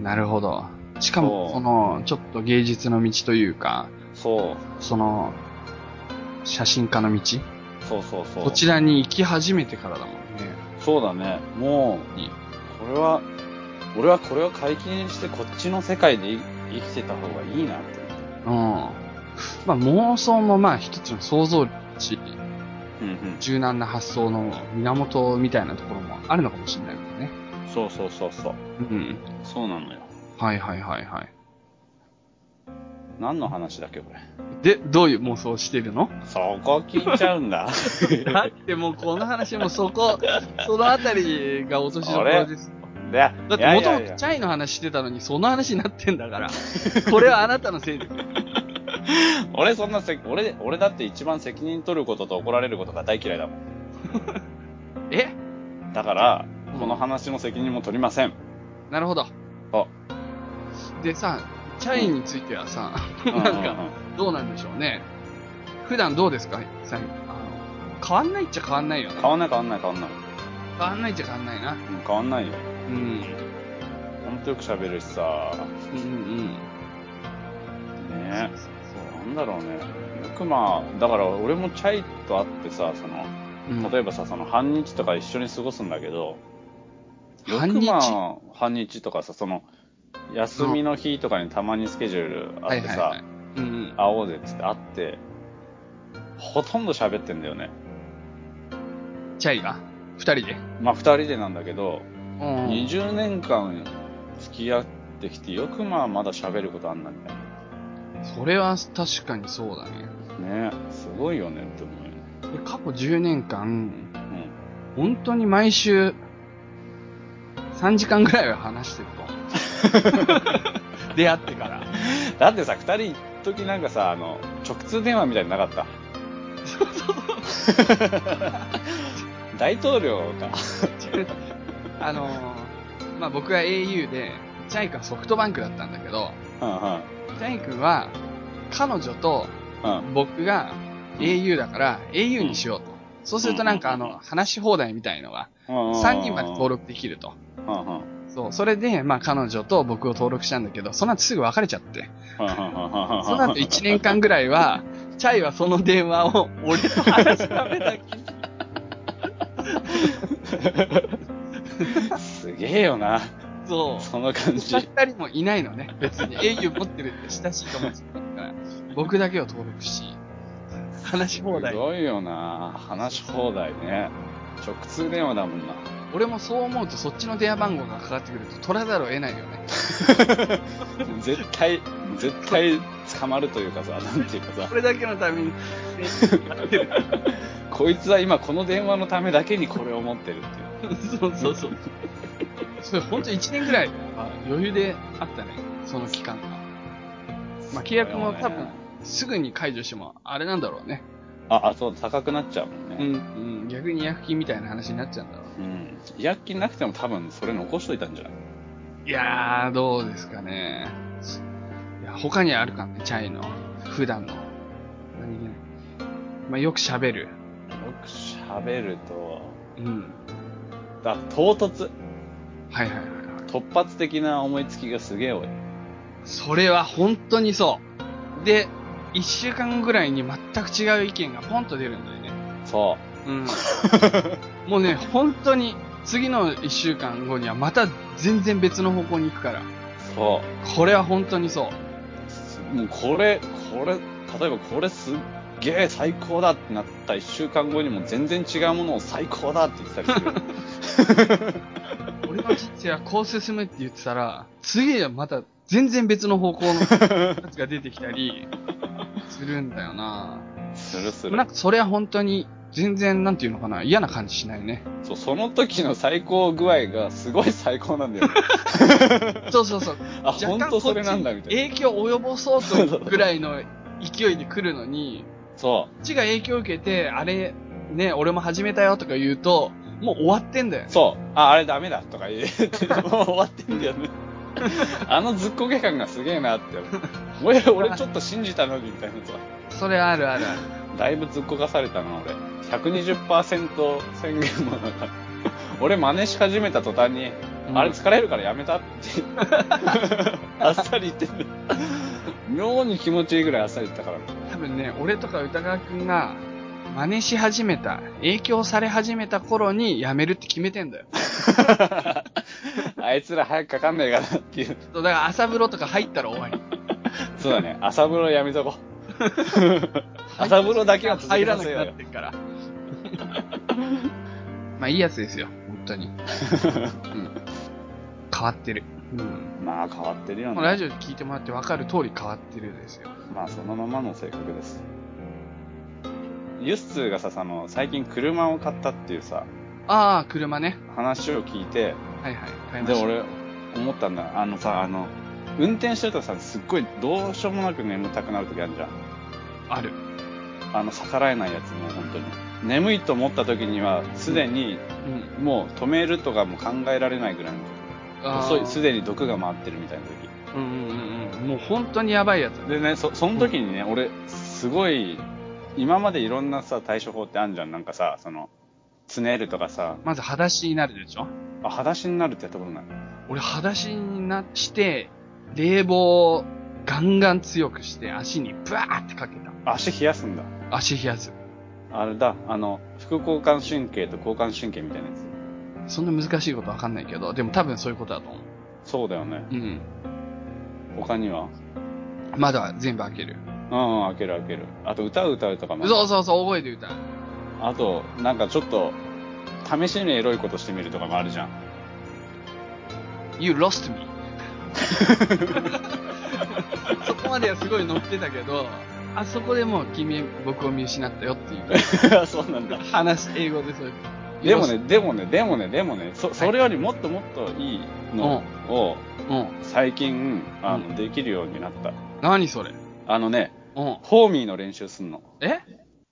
Speaker 4: なるほど。しかも、
Speaker 2: そう
Speaker 4: その、ちょっと芸術の道というか、
Speaker 2: そう
Speaker 4: その、写真家の道
Speaker 2: そうそうそう。
Speaker 4: こちらに行き始めてからだもんね。
Speaker 2: そうだね。も、
Speaker 4: いいう
Speaker 2: これは、俺はこれを解禁してこっちの世界でい生きてた方がいいなって。
Speaker 4: うん。まあ妄想もまあ一つの想像値、
Speaker 2: うんうん。
Speaker 4: 柔軟な発想の源みたいなところもあるのかもしれないもんね。
Speaker 2: そうそうそうそう。
Speaker 4: うん。
Speaker 2: そうなのよ。
Speaker 4: はいはいはいはい。
Speaker 2: 何の話だっけ、これ。
Speaker 4: で、どういう妄想をして るの
Speaker 2: そこ聞いちゃうん だ。
Speaker 4: だってもうこの話もそこ、 そのあたりが落としどころです
Speaker 2: でだ
Speaker 4: だってもともとチャイの話してたのに、その話になってんだから。 これはあなたのせいです。
Speaker 2: 俺そんなせ、俺、俺だって一番責任取ることと怒られることが大嫌いだもん。
Speaker 4: え
Speaker 2: だから、
Speaker 4: うん
Speaker 2: この話の責任も取りま せん。
Speaker 4: なるほど。
Speaker 2: あ
Speaker 4: でさ、チャイについてはさ、
Speaker 2: ううう
Speaker 4: なんか、どうなんでしょうね。普段どうですかさあの変わんないっちゃ変わんないよね。
Speaker 2: 変わんない変わんない変わんない。
Speaker 4: 変わんないっちゃ変わんないな。
Speaker 2: うん、変わんないよ。
Speaker 4: うん。
Speaker 2: ほんとよく喋るしさ。
Speaker 4: うんうん
Speaker 2: ねそう、なんだろうね。よくまあ、だから俺もチャイと会ってさ、その、
Speaker 4: うん。
Speaker 2: 例えばさ、その半日とか一緒に過ごすんだけど、よ
Speaker 4: 半
Speaker 2: く
Speaker 4: 日
Speaker 2: まあ、半日とかさ、その、休みの日とかにたまにスケジュールあって
Speaker 4: はいはいは
Speaker 2: さ
Speaker 4: い、うんうん。
Speaker 2: 会おうぜっつって会って、ほとんど喋ってんだよね。
Speaker 4: チャイが二人で。
Speaker 2: まあ、二人でなんだけど、
Speaker 4: うん。
Speaker 2: 20年間付き合ってきて、よくまあ、まだ喋ることあんなみたい
Speaker 4: それは確かにそうだね。
Speaker 2: な。ねすごいよねって思うよね。
Speaker 4: で過去10年間、
Speaker 2: うん。
Speaker 4: 本当に毎週、3時間ぐらいは話してる と。出会ってから。
Speaker 2: だってさ、二人一時なんかさ、あの、直通電話みたいになかった。大統領か。
Speaker 4: あのーまあ、僕は au で、チャイ君はソフトバンクだったんだけど、
Speaker 2: う
Speaker 4: チャイ君は、彼女と
Speaker 2: んうん。うん。
Speaker 4: 僕が au だから au にしようと。そうするとなんかあの、話し放題みたいのが、3人まで登録できると。
Speaker 2: うんうん。うんうん
Speaker 4: そう。それで、まあ彼女と僕を登録したんだけど、その後すぐ別れちゃって。
Speaker 2: うん
Speaker 4: その後1年間ぐらいは、チャイはその電話を俺と話しかけたきり。
Speaker 2: すげえよな。
Speaker 4: そう。
Speaker 2: その感じ。
Speaker 4: 二人もいないのね。別に英雄持ってるって親しい友達だから、僕だけを登録し、話し放題
Speaker 2: す。ごいよな。話し放題ね。直通電話だもんな。
Speaker 4: 俺もそう思うとそっちの電話番号がかかってくると取らざるを得ないよね。
Speaker 2: 絶対、絶対捕まるというかさ、なんていうかさ、
Speaker 4: これだけのために、
Speaker 2: こいつは今この電話のためだけにこれを持ってるっていう。
Speaker 4: そうそうそう。それ本当1年ぐらい余裕であったね、その期間が。まあ契約も多分すぐに解除してもあれなんだろうね。
Speaker 2: あ、あ、そう、高くなっちゃうもん
Speaker 4: う
Speaker 2: ね。
Speaker 4: ん、うん。逆に違約金みたいな話になっちゃうんだろうね。
Speaker 2: うん。違約金なくても多分それ残しといたんじゃない
Speaker 4: いやー、どうですかね。いや、他にあるかね、チャイの、普段の。何気ない。まあ、よく喋る。
Speaker 2: よく喋ると、
Speaker 4: うん。
Speaker 2: だ、唐突、
Speaker 4: はいはいはいはい。
Speaker 2: 突発的な思いつきがすげえ多い。
Speaker 4: それは本当にそう。で、一週間ぐらいに全く違う意見がポンと出るんだよね。
Speaker 2: そ
Speaker 4: うん。もうね、本当に、次の一週間後にはまた全然別の方向に行くから。
Speaker 2: う、そ
Speaker 4: これは本当にそ
Speaker 2: う。
Speaker 4: う。
Speaker 2: もうこれ、これ、例えばこれすっげえ最高だってなった1週間後にも全然違うものを最高だって言ってたりする。
Speaker 4: 俺の人生はこう進むって言ってたら、次はまた全然別の方向のやつが出てきたりするんだよな
Speaker 2: す るす
Speaker 4: で
Speaker 2: る
Speaker 4: もなん。かそれは本当に全然なんていうのかな、嫌な感じしないね。
Speaker 2: そう、その時の最高具合がすごい最高なんだよね。
Speaker 4: そうそうそう。
Speaker 2: あ、ほんとそれなんだみたいな。
Speaker 4: 影響を及ぼそうというぐらいの勢いで来る のに、
Speaker 2: そ
Speaker 4: こっちが影響を受けて、あれ、ね、俺も始めたよとか言うと、もう終わってんだよ
Speaker 2: う。
Speaker 4: ね。
Speaker 2: そう。あ、あれダメだとか言って、もう 終わってんだよね。あのずっこけ感がすげえなって。俺、俺ちょっと信じたのにみたいなさ。
Speaker 4: それあるあるある。
Speaker 2: だいぶずっこかされたな、俺。120%宣言もなんか。俺真似し始めた途端に、あれ疲れるからやめたってあっさり言ってんだ。妙に気持ちいいぐらいあっさり言ったから。
Speaker 4: 多分ね、俺とか歌川くんが真似し始めた、影響され始めた頃に辞めるって決めてんだよ。
Speaker 2: あいつら早くかかんないかなっていう。
Speaker 4: そうだから朝風呂とか入ったら終わり。
Speaker 2: そうだね。朝風呂やめとこう。朝風呂だけは続
Speaker 4: 入
Speaker 2: け
Speaker 4: ら
Speaker 2: さ
Speaker 4: な
Speaker 2: せ
Speaker 4: く
Speaker 2: よう
Speaker 4: な
Speaker 2: よ
Speaker 4: っ。てるから。 まあいいやつですよ、本当に。うん、変わってる。うん
Speaker 2: まあ変わってるよ
Speaker 4: もうラ
Speaker 2: ね。
Speaker 4: ジオで聞いてもらって分かる通り変わってるですよ。
Speaker 2: まあそのままの性格です。ユッスーがさ、その、最近車を買ったっていうさ、
Speaker 4: ああ、車ね。
Speaker 2: 話を聞いて、
Speaker 4: はいはい。買いま
Speaker 2: で、
Speaker 4: した。
Speaker 2: 俺、思ったんだ。あのさ、あの、運転してるとさ、すっごいどうしようもなく眠たくなるときあるじゃん。
Speaker 4: ある。
Speaker 2: あの、逆らえないやつも本当に。眠いと思ったときには、すでに、
Speaker 4: うん。
Speaker 2: もう止めるとかも考えられないぐらいの
Speaker 4: あー
Speaker 2: そうすでに毒が回ってるみたいな時
Speaker 4: うんうんうんうん。もう本当にやばいやつ。
Speaker 2: でねそその時にね、俺すごい今までいろんなさ、対処法ってあるじゃん。なんかさ、その、つねるとかさ、
Speaker 4: まず裸足になるでしょ
Speaker 2: あ、裸足になるってやったことない。
Speaker 4: 俺、裸足になして、冷房をガンガン強くして、足にブワーってかけた。
Speaker 2: 足冷やすんだ。
Speaker 4: 足冷やす。
Speaker 2: あれだ、あの、副交感神経と交感神経みたいなやつ。
Speaker 4: そんな難しいことわかんないけど、でも多分そういうことだと思う。
Speaker 2: そうだよね。
Speaker 4: うん。
Speaker 2: 他には
Speaker 4: 窓は全部開ける。
Speaker 2: うん、開ける開ける。あと歌う歌うとかも。
Speaker 4: そうそうそう、覚えて歌う。
Speaker 2: あと、なんかちょっと、試しにエロいことしてみるとかもあるじゃん。
Speaker 4: You lost me. そこまではすごい乗ってたけど、あそこでもう君、僕を見失ったよってい う
Speaker 2: そうなんだ。
Speaker 4: 話、英語でそういう。
Speaker 2: でもね、でもね、でもね、でもね、そそれよりもっともっといいのを、
Speaker 4: You lost- うん。
Speaker 2: 最近、あ
Speaker 4: う
Speaker 2: の、できるようになった。
Speaker 4: 何それ
Speaker 2: あのね、
Speaker 4: うん。
Speaker 2: ホーミーの練習すんの。
Speaker 4: え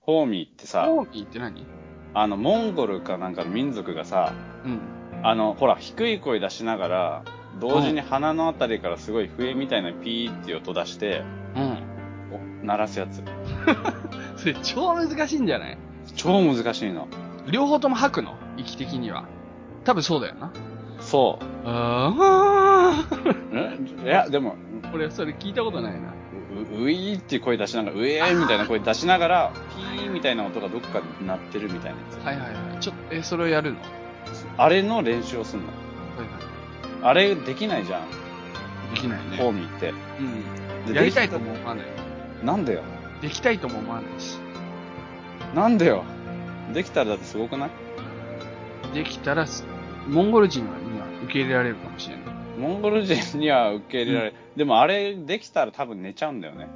Speaker 2: ホーミーってさ、
Speaker 4: コーミーって何
Speaker 2: あの、モンゴルかなんかの民族がさ、
Speaker 4: うん。
Speaker 2: あの、ほら、低い声出しながら、同時に鼻のあたりからすごい笛みたいなピーっていう音出して、
Speaker 4: うん。
Speaker 2: お鳴らすやつ。
Speaker 4: それ超難しいんじゃない
Speaker 2: 超難しいの。
Speaker 4: 両方とも吐くの息的には。多分そうだよな。
Speaker 2: そ
Speaker 4: あ
Speaker 2: う
Speaker 4: ー。。
Speaker 2: んいや、でも、
Speaker 4: 俺、それ聞いたことないな。
Speaker 2: ううういーっていう声出しながら、うえーみたいな声出しながら、ピーみたいな音がどっかで鳴ってるみたいなやつ。
Speaker 4: はいはいはい。ちょっと、え、それをやるのはい
Speaker 2: あれの練習をすんの。
Speaker 4: は
Speaker 2: あれできないじゃん、
Speaker 4: い。できない
Speaker 2: ホー
Speaker 4: ね。
Speaker 2: ミーって。
Speaker 4: うん。
Speaker 2: で
Speaker 4: やりたいとも思わない。
Speaker 2: なんだよ。
Speaker 4: できたいとも思わないし。
Speaker 2: なんだよ。できたらだってすごくない
Speaker 4: できたらす、モンゴル人には受け入れられるかもしれない。
Speaker 2: モンゴル人には受け入れられ、でもあれできたら多分寝ちゃうんだよね。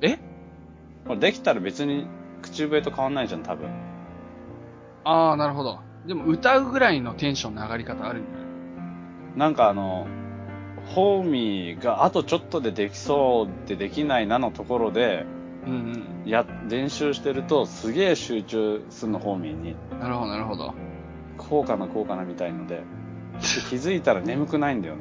Speaker 4: え
Speaker 2: これできたら別に口笛と変わんないじゃん、多分。
Speaker 4: ああ、なるほど。でも歌うぐらいのテンションの上がり方あるんじゃない
Speaker 2: なんかあの、ホーミーがあとちょっとでできそうでできないなのところで、
Speaker 4: うん
Speaker 2: や、練習してるとすげえ集中するの、ホーミーに。
Speaker 4: うん。なるほど、なるほど。
Speaker 2: こうかな、こうかなみたいので。気づいたら眠くないんだよ ね。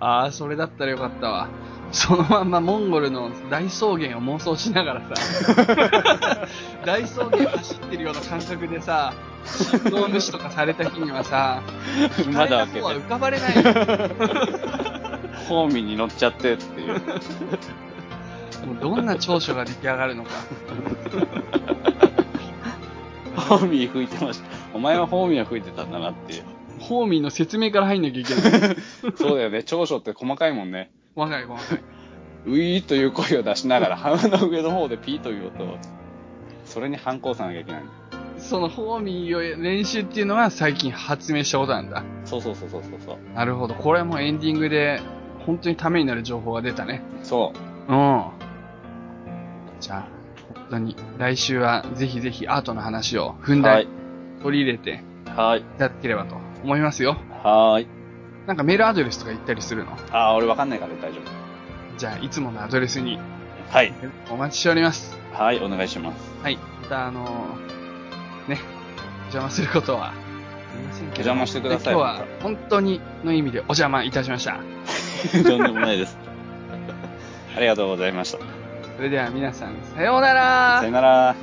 Speaker 4: ああ、それだったらよかったわ。そのまんまモンゴルの大草原を妄想しながらさ、 大草原走ってるような感覚でさ、信号無視とかされた日にはさ、
Speaker 2: まだ
Speaker 4: 聞かれた
Speaker 2: 開け
Speaker 4: 方
Speaker 2: て。
Speaker 4: は浮かばれないよ。
Speaker 2: ホーミーに乗っちゃってっていう。
Speaker 4: もうどんな長所が出来上がるのか。
Speaker 2: ホーミー吹いてました。お前はホーミーは吹いてたんだなっていう。
Speaker 4: ホーミーの説明から入んなきゃいけない。
Speaker 2: そうだよね。長所って細かいもんね。
Speaker 4: 細かい細かい。
Speaker 2: ウィーという声を出しながら、鼻の上の方でピーという音を。それに反抗さなきゃいけないんだ。
Speaker 4: そのホーミーを練習っていうのは最近発明したことなんだ。
Speaker 2: そうそうそうそうそうそう。
Speaker 4: なるほど。これはもうエンディングで本当にためになる情報が出たね。
Speaker 2: そう。
Speaker 4: うん。じゃあ、本当に来週はぜひぜひアートの話をふんだん
Speaker 2: は
Speaker 4: に
Speaker 2: い。
Speaker 4: 取り入れて
Speaker 2: はい。
Speaker 4: いただければと思いますよ。
Speaker 2: はーい。
Speaker 4: なんかメールアドレスとか言ったりするの
Speaker 2: あー、俺わかんないから大丈夫。
Speaker 4: じゃあ、いつものアドレスに
Speaker 2: はい。
Speaker 4: お待ちしております。
Speaker 2: はい、お願いします。
Speaker 4: はい。またあのーね、お邪魔することは、すいませんけど
Speaker 2: お邪魔してください
Speaker 4: 今日は本当にの意味でお邪魔いたしました。
Speaker 2: とんでもないです。ありがとうございました。
Speaker 4: それでは皆さん、さようなら
Speaker 2: さよなら。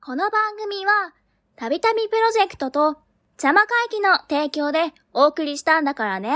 Speaker 5: この番組は、たびたびプロジェクトと、邪魔会議の提供でお送りしたんだからね。